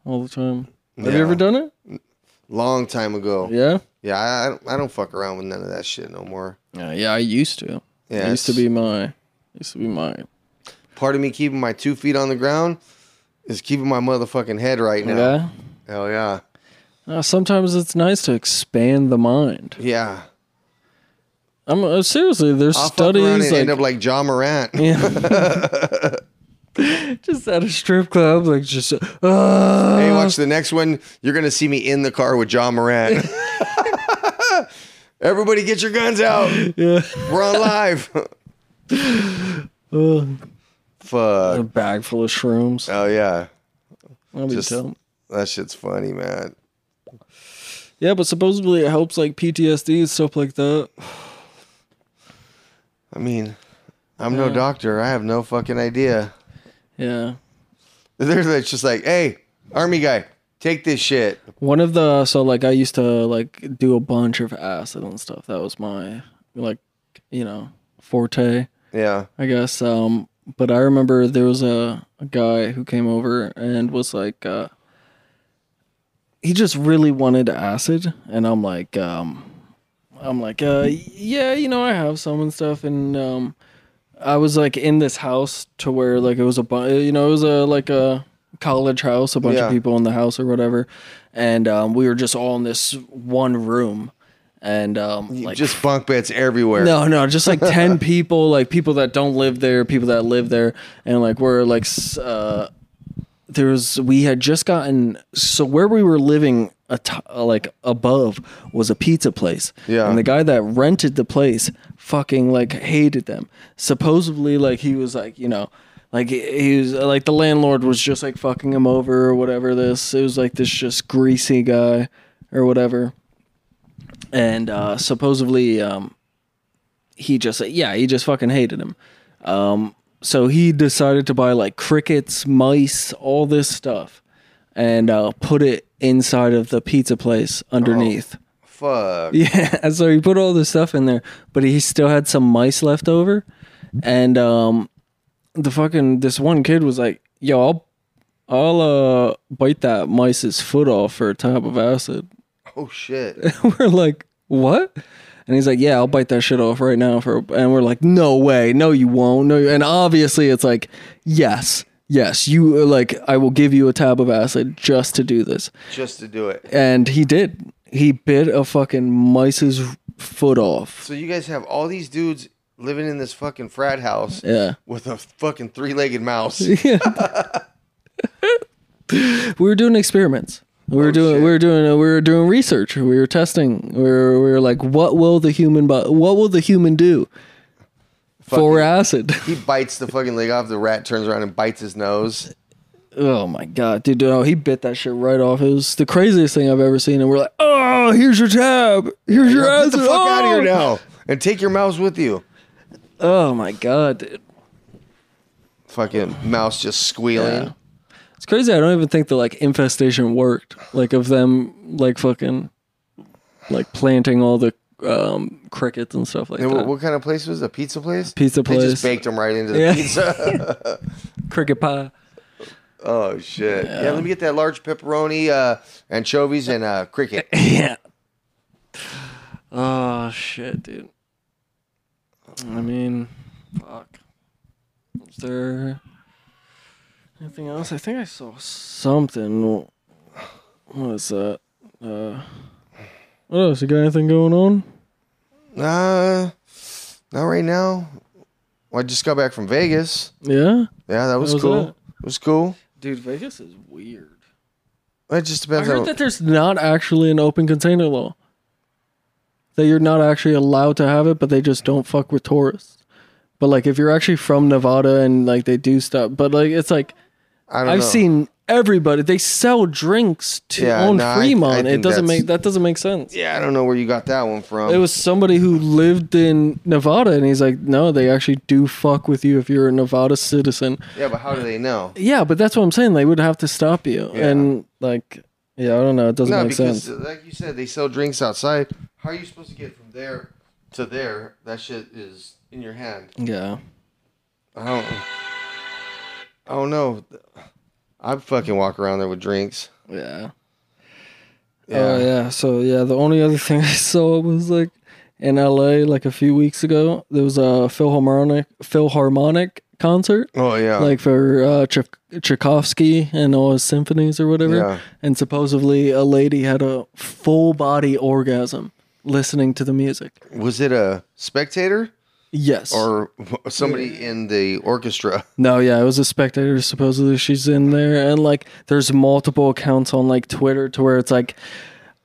[SPEAKER 1] all the time. Have you
[SPEAKER 2] Yeah.
[SPEAKER 1] ever done it?
[SPEAKER 2] Long time ago. Yeah,
[SPEAKER 1] Yeah.
[SPEAKER 2] I, I don't, I don't fuck around with none of that shit no more.
[SPEAKER 1] Yeah, yeah. I used to.
[SPEAKER 2] Yeah,
[SPEAKER 1] it used to
[SPEAKER 2] it's-
[SPEAKER 1] be my, used to be my.
[SPEAKER 2] Part of me keeping my two feet on the ground is keeping my motherfucking head right now.
[SPEAKER 1] Yeah.
[SPEAKER 2] Hell yeah.
[SPEAKER 1] Uh, sometimes it's nice to expand the mind.
[SPEAKER 2] Yeah.
[SPEAKER 1] I'm uh, seriously. There's
[SPEAKER 2] I'll fuck around
[SPEAKER 1] studies
[SPEAKER 2] and
[SPEAKER 1] like
[SPEAKER 2] end up like John Morant.
[SPEAKER 1] Yeah. just at a strip club, like just uh,
[SPEAKER 2] Hey, watch the next one. You're gonna see me in the car with John Morant. Everybody, get your guns out.
[SPEAKER 1] yeah,
[SPEAKER 2] We're on live.
[SPEAKER 1] a
[SPEAKER 2] Fuck.
[SPEAKER 1] bag full of shrooms.
[SPEAKER 2] Oh yeah,
[SPEAKER 1] I'll be
[SPEAKER 2] just-
[SPEAKER 1] telling-
[SPEAKER 2] that shit's funny, man.
[SPEAKER 1] Yeah, but supposedly it helps like PTSD and stuff like that.
[SPEAKER 2] I mean, I'm no doctor. I have no fucking idea.
[SPEAKER 1] Yeah.
[SPEAKER 2] They're like- just like, hey, army guy, take this shit.
[SPEAKER 1] One of the so like I used to like do a bunch of acid and stuff. That was my like you know forte.
[SPEAKER 2] Yeah.
[SPEAKER 1] I guess. Um, but I remember there was a, a guy who came over and was like, uh, he just really wanted acid, and I'm like, um, I'm like, uh, yeah, you know, I have some and stuff, and um, I was like in this house to where like it was a bu- you know it was a like a college house, a bunch
[SPEAKER 2] Yeah.
[SPEAKER 1] of people in the house or whatever, and um, we were just all in this one room, and um, like
[SPEAKER 2] just bunk beds everywhere.
[SPEAKER 1] no, no, just like 10 people, like people that don't live there, people that live there. And like we're like, s- uh, there was, we had just gotten, so where we were living, at- like above was a pizza place.
[SPEAKER 2] Yeah.
[SPEAKER 1] And the guy that rented the place fucking like hated them. Supposedly, like he was like, you know, Like he he was like the landlord was just like fucking him over or whatever. This it was like this just greasy guy or whatever, and uh, supposedly um, he just yeah he just fucking hated him. Um, so he decided to buy like crickets, mice, all this stuff, and uh, put it inside of the pizza place underneath.
[SPEAKER 2] Fuck.
[SPEAKER 1] Yeah, so he put all this stuff in there, but he still had some mice left over, and um, the fucking this one kid was like, "Yo, I'll, I'll uh bite that mice's foot off for a tab of acid."
[SPEAKER 2] Oh shit.
[SPEAKER 1] we're like, "What?" And he's like, "Yeah, I'll bite that shit off right now for." And we're like, "No way, no, you won't, no." you-" And obviously, it's like, "Yes, yes, you like, I will give you a tab of acid just to do this."
[SPEAKER 2] Just to do it.
[SPEAKER 1] And he did. He bit a fucking mice's foot off.
[SPEAKER 2] So you guys have all these dudes living in this fucking frat house
[SPEAKER 1] Yeah.
[SPEAKER 2] with a fucking three-legged mouse.
[SPEAKER 1] We were doing experiments. We were doing,
[SPEAKER 2] Oh, shit.
[SPEAKER 1] we were doing, uh, we were doing research. We were testing. We were, we were like, what will the human, bo- what will the human do for acid?
[SPEAKER 2] he bites the fucking leg off. The rat turns around and bites his nose.
[SPEAKER 1] Oh my god, dude! No, he bit that shit right off. It was the craziest thing I've ever seen. And we're like, oh, here's your tab. Here's your
[SPEAKER 2] Get
[SPEAKER 1] acid.
[SPEAKER 2] the fuck out of
[SPEAKER 1] Oh!"
[SPEAKER 2] here now and take your mouse with you.
[SPEAKER 1] Oh my god, dude.
[SPEAKER 2] Fucking mouse just squealing.
[SPEAKER 1] Yeah. It's crazy. I don't even think the like infestation worked. Like of them like fucking like planting all the um crickets and stuff like
[SPEAKER 2] And
[SPEAKER 1] that.
[SPEAKER 2] what, what kind of place was it? A pizza place?
[SPEAKER 1] Pizza
[SPEAKER 2] They
[SPEAKER 1] place.
[SPEAKER 2] just baked him right into the
[SPEAKER 1] Yeah.
[SPEAKER 2] pizza.
[SPEAKER 1] Cricket pie.
[SPEAKER 2] oh shit. Yeah. let me get that large pepperoni, uh, anchovies, and uh, cricket.
[SPEAKER 1] Yeah. Oh shit, dude. I mean, fuck. Is there anything else? I think I saw something. What is that? Uh, what else? You got anything going on?
[SPEAKER 2] Uh, not right now. Well, I just got back from Vegas.
[SPEAKER 1] Yeah.
[SPEAKER 2] Yeah, that was,
[SPEAKER 1] was
[SPEAKER 2] cool.
[SPEAKER 1] it?
[SPEAKER 2] It? was cool.
[SPEAKER 1] Dude, Vegas is weird.
[SPEAKER 2] It just
[SPEAKER 1] I
[SPEAKER 2] depends
[SPEAKER 1] heard
[SPEAKER 2] on.
[SPEAKER 1] that there's not actually an open container law. That you're not actually allowed to have it, but they just don't fuck with tourists. But like if you're actually from Nevada and like they do stuff, but like it's like
[SPEAKER 2] I don't
[SPEAKER 1] I've
[SPEAKER 2] know.
[SPEAKER 1] seen everybody they sell drinks to
[SPEAKER 2] Yeah,
[SPEAKER 1] on
[SPEAKER 2] no, I- I
[SPEAKER 1] Fremont. it
[SPEAKER 2] think
[SPEAKER 1] doesn't
[SPEAKER 2] that's-
[SPEAKER 1] make that doesn't make sense.
[SPEAKER 2] Yeah, I don't know where you got that one from.
[SPEAKER 1] It was somebody who lived in Nevada and he's like, No, they actually do fuck with you if you're a Nevada citizen.
[SPEAKER 2] yeah, but how do they know?
[SPEAKER 1] Yeah, but that's what I'm saying. They would have to stop you.
[SPEAKER 2] Yeah.
[SPEAKER 1] And like yeah, I don't know. It doesn't
[SPEAKER 2] No,
[SPEAKER 1] make
[SPEAKER 2] because
[SPEAKER 1] sense.
[SPEAKER 2] uh, like you said, they sell drinks outside. How are you supposed to get from there to there? That shit is in your hand.
[SPEAKER 1] Yeah.
[SPEAKER 2] I don't. I don't know. I fucking walk around there with drinks.
[SPEAKER 1] Yeah.
[SPEAKER 2] Yeah.
[SPEAKER 1] Oh yeah. So yeah, the only other thing I saw was like in LA like a few weeks ago, there was a Philharmonic Philharmonic concert.
[SPEAKER 2] Oh yeah.
[SPEAKER 1] Like for uh, Tchaik- Tchaikovsky and all his symphonies or whatever,
[SPEAKER 2] Yeah.
[SPEAKER 1] and supposedly a lady had a full body orgasm listening to the music.
[SPEAKER 2] was it a spectator
[SPEAKER 1] Yes.
[SPEAKER 2] or somebody in the orchestra?
[SPEAKER 1] No, yeah, it was a spectator. Supposedly, she's in there, and like, there's multiple accounts on like Twitter to where it's like,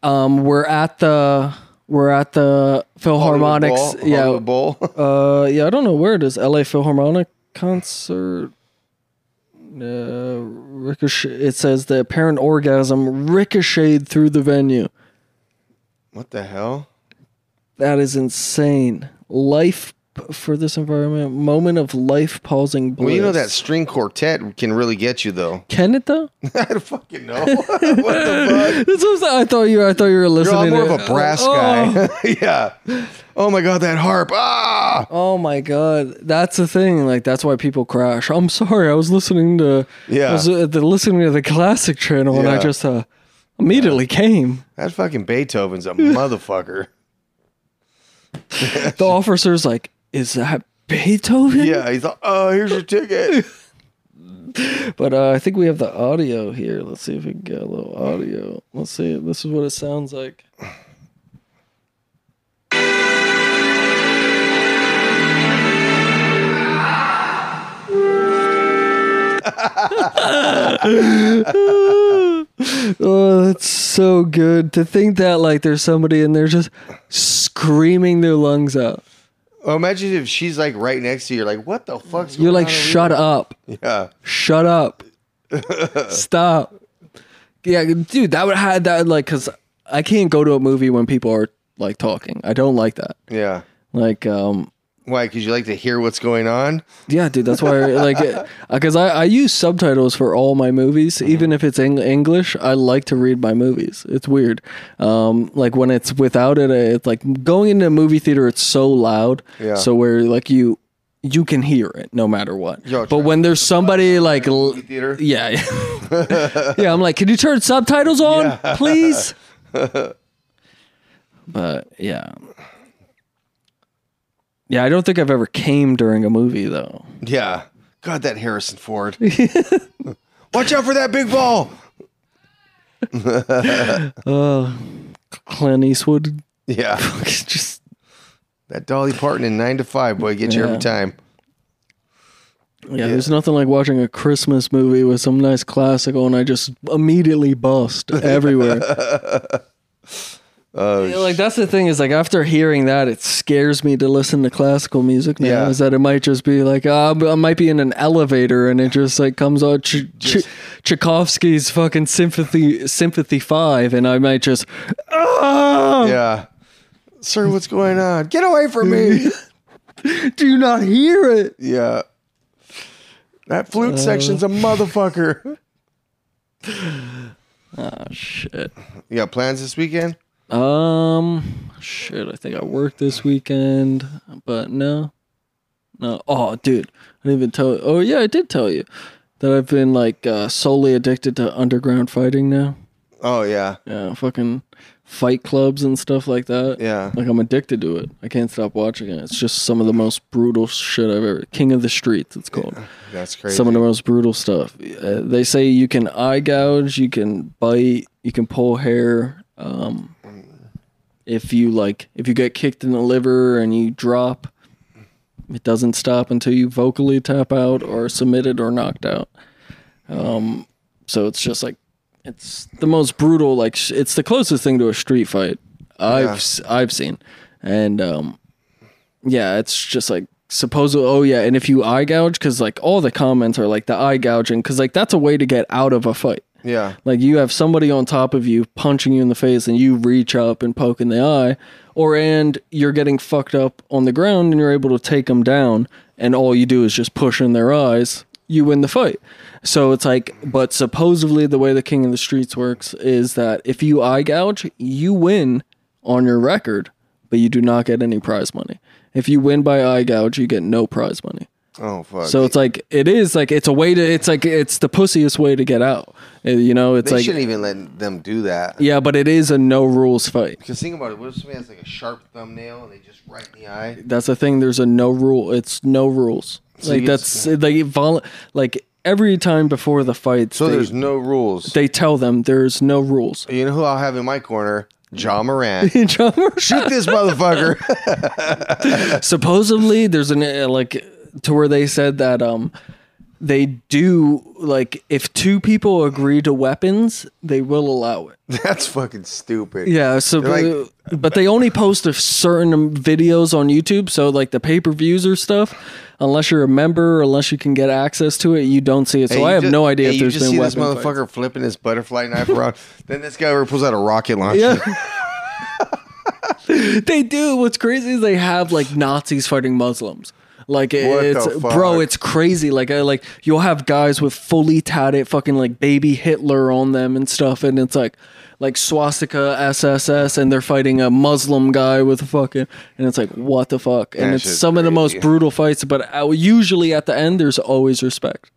[SPEAKER 1] um, we're at the we're at the Philharmonics,
[SPEAKER 2] Hollywood
[SPEAKER 1] yeah,
[SPEAKER 2] Bowl- Hollywood Bowl.
[SPEAKER 1] uh, yeah. I don't know where it is. L.A. Philharmonic concert. Uh, ricochet. It says the apparent orgasm ricocheted through the venue.
[SPEAKER 2] what the hell?
[SPEAKER 1] That is insane. Life p- for this environment. Moment of life pausing. Bliss.
[SPEAKER 2] Well, you know that string quartet can really get you though.
[SPEAKER 1] Can it though?
[SPEAKER 2] I don't fucking know. what the fuck?
[SPEAKER 1] This was I thought you I thought you were
[SPEAKER 2] No,
[SPEAKER 1] listening.
[SPEAKER 2] I'm more
[SPEAKER 1] to-
[SPEAKER 2] of a brass
[SPEAKER 1] Oh.
[SPEAKER 2] guy. yeah. Oh my god, that harp! Ah.
[SPEAKER 1] Oh my god, that's the thing. Like that's why people crash. I'm sorry, I was listening to I
[SPEAKER 2] Yeah.
[SPEAKER 1] was uh, the- listening to the classic channel and I
[SPEAKER 2] Yeah.
[SPEAKER 1] just uh, immediately came.
[SPEAKER 2] That fucking Beethoven's a motherfucker.
[SPEAKER 1] The officer's like, "Is that Beethoven?"
[SPEAKER 2] Yeah, he's like, oh, here's your ticket.
[SPEAKER 1] But uh, I think we have the audio here. Let's see if we can get a little audio. Let's see. This is what it sounds like. oh, that's so good to think that like there's somebody in there just screaming their lungs out.
[SPEAKER 2] Oh, imagine if she's like right next to you. Like, what the fuck's
[SPEAKER 1] You're
[SPEAKER 2] going
[SPEAKER 1] like,
[SPEAKER 2] on over
[SPEAKER 1] shut up.
[SPEAKER 2] here?" Yeah.
[SPEAKER 1] shut up stop yeah dude that would have that like because i can't go to a movie when people are like talking i don't like that
[SPEAKER 2] Yeah.
[SPEAKER 1] like um
[SPEAKER 2] Why? Because you like to hear what's going on?
[SPEAKER 1] yeah dude that's why like because I, I use subtitles for all my movies
[SPEAKER 2] Mm-hmm.
[SPEAKER 1] even if it's Eng- english i like to read my movies it's weird um like when it's without it it's like going into a movie theater it's so loud
[SPEAKER 2] Yeah.
[SPEAKER 1] so where like you you can hear it no matter what
[SPEAKER 2] Yo,
[SPEAKER 1] but
[SPEAKER 2] Travis,
[SPEAKER 1] when there's somebody like l-
[SPEAKER 2] Theater?
[SPEAKER 1] Yeah. yeah, I'm like, can you turn subtitles on, please? but yeah. Yeah, I don't think I've ever came during a movie though.
[SPEAKER 2] Yeah. God, that Harrison Ford. Watch out for that big ball.
[SPEAKER 1] Uh Clint Eastwood
[SPEAKER 2] Yeah.
[SPEAKER 1] just
[SPEAKER 2] That Dolly Parton in nine to five, boy, get you
[SPEAKER 1] Yeah.
[SPEAKER 2] every time.
[SPEAKER 1] yeah, there's nothing like watching a Christmas movie with some nice classical and I just immediately bust everywhere.
[SPEAKER 2] Oh,
[SPEAKER 1] Yeah, like that's the thing is like after hearing that, it scares me to listen to classical music now.
[SPEAKER 2] Yeah.
[SPEAKER 1] Is that it might just be like uh, I might be in an elevator and it just like comes out Ch- Ch- Tchaikovsky's fucking sympathy sympathy five, and I might just ah,
[SPEAKER 2] yeah. Sir, what's going on? Get away from me.
[SPEAKER 1] do you not hear it.
[SPEAKER 2] yeah. That
[SPEAKER 1] Uh.
[SPEAKER 2] flute section's a motherfucker.
[SPEAKER 1] Shit.
[SPEAKER 2] You got plans this weekend?
[SPEAKER 1] Um, shit. I think I work this weekend, but no, no. Oh, dude, I didn't even tell. Oh, yeah, I did tell you that I've been like uh, solely addicted to underground fighting now.
[SPEAKER 2] Oh yeah.
[SPEAKER 1] Yeah, fucking fight clubs and stuff like that.
[SPEAKER 2] Yeah.
[SPEAKER 1] Like I'm addicted to it. I can't stop watching it. It's just some of the most brutal shit I've ever. King of the Streets, it's called.
[SPEAKER 2] That's crazy.
[SPEAKER 1] Some of the most brutal stuff. Uh, they say you can eye gouge, you can bite, you can pull hair. Um, if you like, if you get kicked in the liver and you drop, it doesn't stop until you vocally tap out or submitted or knocked out. Um, so it's just like it's the most brutal. Like sh- it's the closest thing to a street fight I've
[SPEAKER 2] Yeah.
[SPEAKER 1] s- I've seen, and um, yeah, it's just like supposedly. Oh yeah, and if you eye gouge, because like all the comments are like the eye gouging, because like that's a way to get out of a fight.
[SPEAKER 2] yeah.
[SPEAKER 1] Like you have somebody on top of you punching you in the face, and you reach up and poke in the eye, or and you're getting fucked up on the ground, and you're able to take them down, and all you do is just push in their eyes. You win the fight. So it's like, but supposedly the way the King of the Streets works is that if you eye gouge, you win on your record, but you do not get any prize money. If you win by eye gouge, you get no prize money.
[SPEAKER 2] Oh fuck.
[SPEAKER 1] So it's like it is like it's a way to it's like it's the pussiest way to get out. Uh, You know, it's
[SPEAKER 2] they
[SPEAKER 1] like
[SPEAKER 2] shouldn't even let them do that.
[SPEAKER 1] yeah, but it is a no rules fight.
[SPEAKER 2] Because think about it, what if somebody has like a sharp thumbnail and they just right in the eye?
[SPEAKER 1] That's the thing. There's a no rule. It's no rules. like
[SPEAKER 2] you-
[SPEAKER 1] that's like it vol- like every time before the fight,
[SPEAKER 2] So
[SPEAKER 1] they,
[SPEAKER 2] there's no rules.
[SPEAKER 1] they tell them there's no rules.
[SPEAKER 2] you know who I'll have in my corner? John Moran. Shoot this motherfucker.
[SPEAKER 1] Supposedly, there's an uh, like to where they said that um they do like if two people agree to weapons, they will allow it.
[SPEAKER 2] That's fucking stupid.
[SPEAKER 1] Yeah, so
[SPEAKER 2] They're
[SPEAKER 1] but, but they only post a certain videos on YouTube, so like the pay-per-views or stuff, unless you're a member, unless you can get access to it, you don't see it. So
[SPEAKER 2] Hey,
[SPEAKER 1] I
[SPEAKER 2] you
[SPEAKER 1] have
[SPEAKER 2] ju-
[SPEAKER 1] no idea
[SPEAKER 2] hey,
[SPEAKER 1] if there's
[SPEAKER 2] you just
[SPEAKER 1] been
[SPEAKER 2] see
[SPEAKER 1] weapons.
[SPEAKER 2] this motherfucker flipping his butterfly knife around. then this guy over pulls out a rocket launcher.
[SPEAKER 1] Yeah. they do. What's crazy is they have like Nazis fighting Muslims. Like
[SPEAKER 2] What the
[SPEAKER 1] it's bro,
[SPEAKER 2] fuck?
[SPEAKER 1] it's crazy. Like I like you'll have guys with fully tatted fucking like baby Hitler on them and stuff, and it's like like swastika SSS, and they're fighting a Muslim guy with a fucking, and it's like what the fuck, and
[SPEAKER 2] That
[SPEAKER 1] it's
[SPEAKER 2] shit's
[SPEAKER 1] some of the most
[SPEAKER 2] crazy.
[SPEAKER 1] brutal fights. But uh, usually at the end, there's always respect.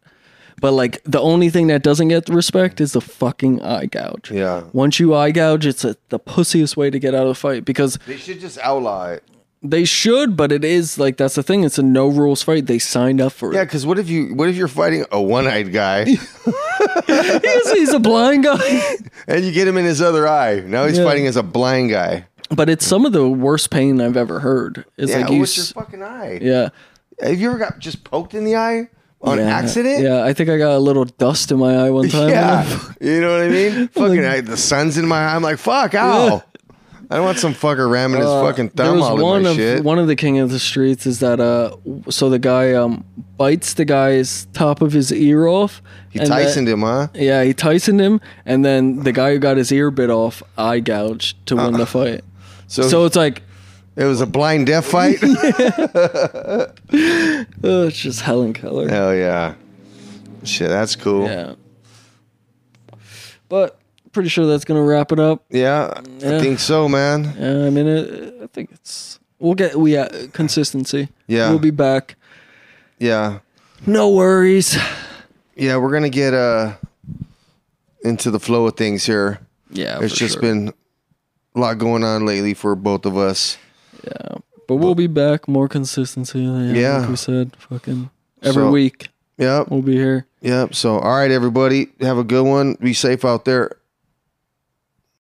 [SPEAKER 1] But like the only thing that doesn't get respect is the fucking eye gouge.
[SPEAKER 2] Yeah.
[SPEAKER 1] Once you eye gouge, it's a, the pussiest way to get out of the fight because
[SPEAKER 2] They should just outlaw it.
[SPEAKER 1] they should, but it is like that's the thing. It's a no rules fight. They signed up for
[SPEAKER 2] Yeah,
[SPEAKER 1] it.
[SPEAKER 2] because what if you what if you're fighting a one eyed guy
[SPEAKER 1] He's, he's a blind guy,
[SPEAKER 2] and you get him in his other eye? Now he's
[SPEAKER 1] Yeah.
[SPEAKER 2] fighting as a blind guy.
[SPEAKER 1] but it's some of the worst pain I've ever heard. It's
[SPEAKER 2] Yeah,
[SPEAKER 1] like
[SPEAKER 2] well,
[SPEAKER 1] you,
[SPEAKER 2] what's your
[SPEAKER 1] s-
[SPEAKER 2] fucking eye?
[SPEAKER 1] yeah,
[SPEAKER 2] Have you ever got just poked in the eye on
[SPEAKER 1] Yeah.
[SPEAKER 2] accident?
[SPEAKER 1] Yeah, I think I got a little dust in my eye one time.
[SPEAKER 2] Yeah. you know what I mean? Fucking I, the sun's in my eye. I'm like, fuck, ow. I don't want some fucker ramming his fucking thumb all in
[SPEAKER 1] Uh, one
[SPEAKER 2] my
[SPEAKER 1] of
[SPEAKER 2] shit.
[SPEAKER 1] one of the king of the streets is that uh w- so the guy um bites the guy's top of his ear off.
[SPEAKER 2] he Tysoned him, huh?
[SPEAKER 1] Yeah, he Tysoned him, and then the guy who got his ear bit off eye gouged to win the fight.
[SPEAKER 2] Uh-uh. So,
[SPEAKER 1] So it's like
[SPEAKER 2] it was a blind deaf fight.
[SPEAKER 1] oh, it's just Helen Keller. Yeah.
[SPEAKER 2] Hell yeah. Shit, that's cool. Yeah.
[SPEAKER 1] But pretty sure that's gonna wrap it up.
[SPEAKER 2] I
[SPEAKER 1] Yeah.
[SPEAKER 2] think so, man.
[SPEAKER 1] Yeah, I mean, it, I think it's we'll get we uh, consistency.
[SPEAKER 2] Yeah.
[SPEAKER 1] we'll be back.
[SPEAKER 2] Yeah.
[SPEAKER 1] No worries.
[SPEAKER 2] Yeah, we're gonna get uh into the flow of things here.
[SPEAKER 1] Yeah,
[SPEAKER 2] It's
[SPEAKER 1] for
[SPEAKER 2] just
[SPEAKER 1] sure.
[SPEAKER 2] been a lot going on lately for both of us.
[SPEAKER 1] Yeah, but we'll be back. More consistency. Yeah,
[SPEAKER 2] Yeah.
[SPEAKER 1] like we said, fucking every
[SPEAKER 2] So-
[SPEAKER 1] week
[SPEAKER 2] Yep.
[SPEAKER 1] we'll be here.
[SPEAKER 2] Yep. So all right, everybody. Have a good one. Be safe out there.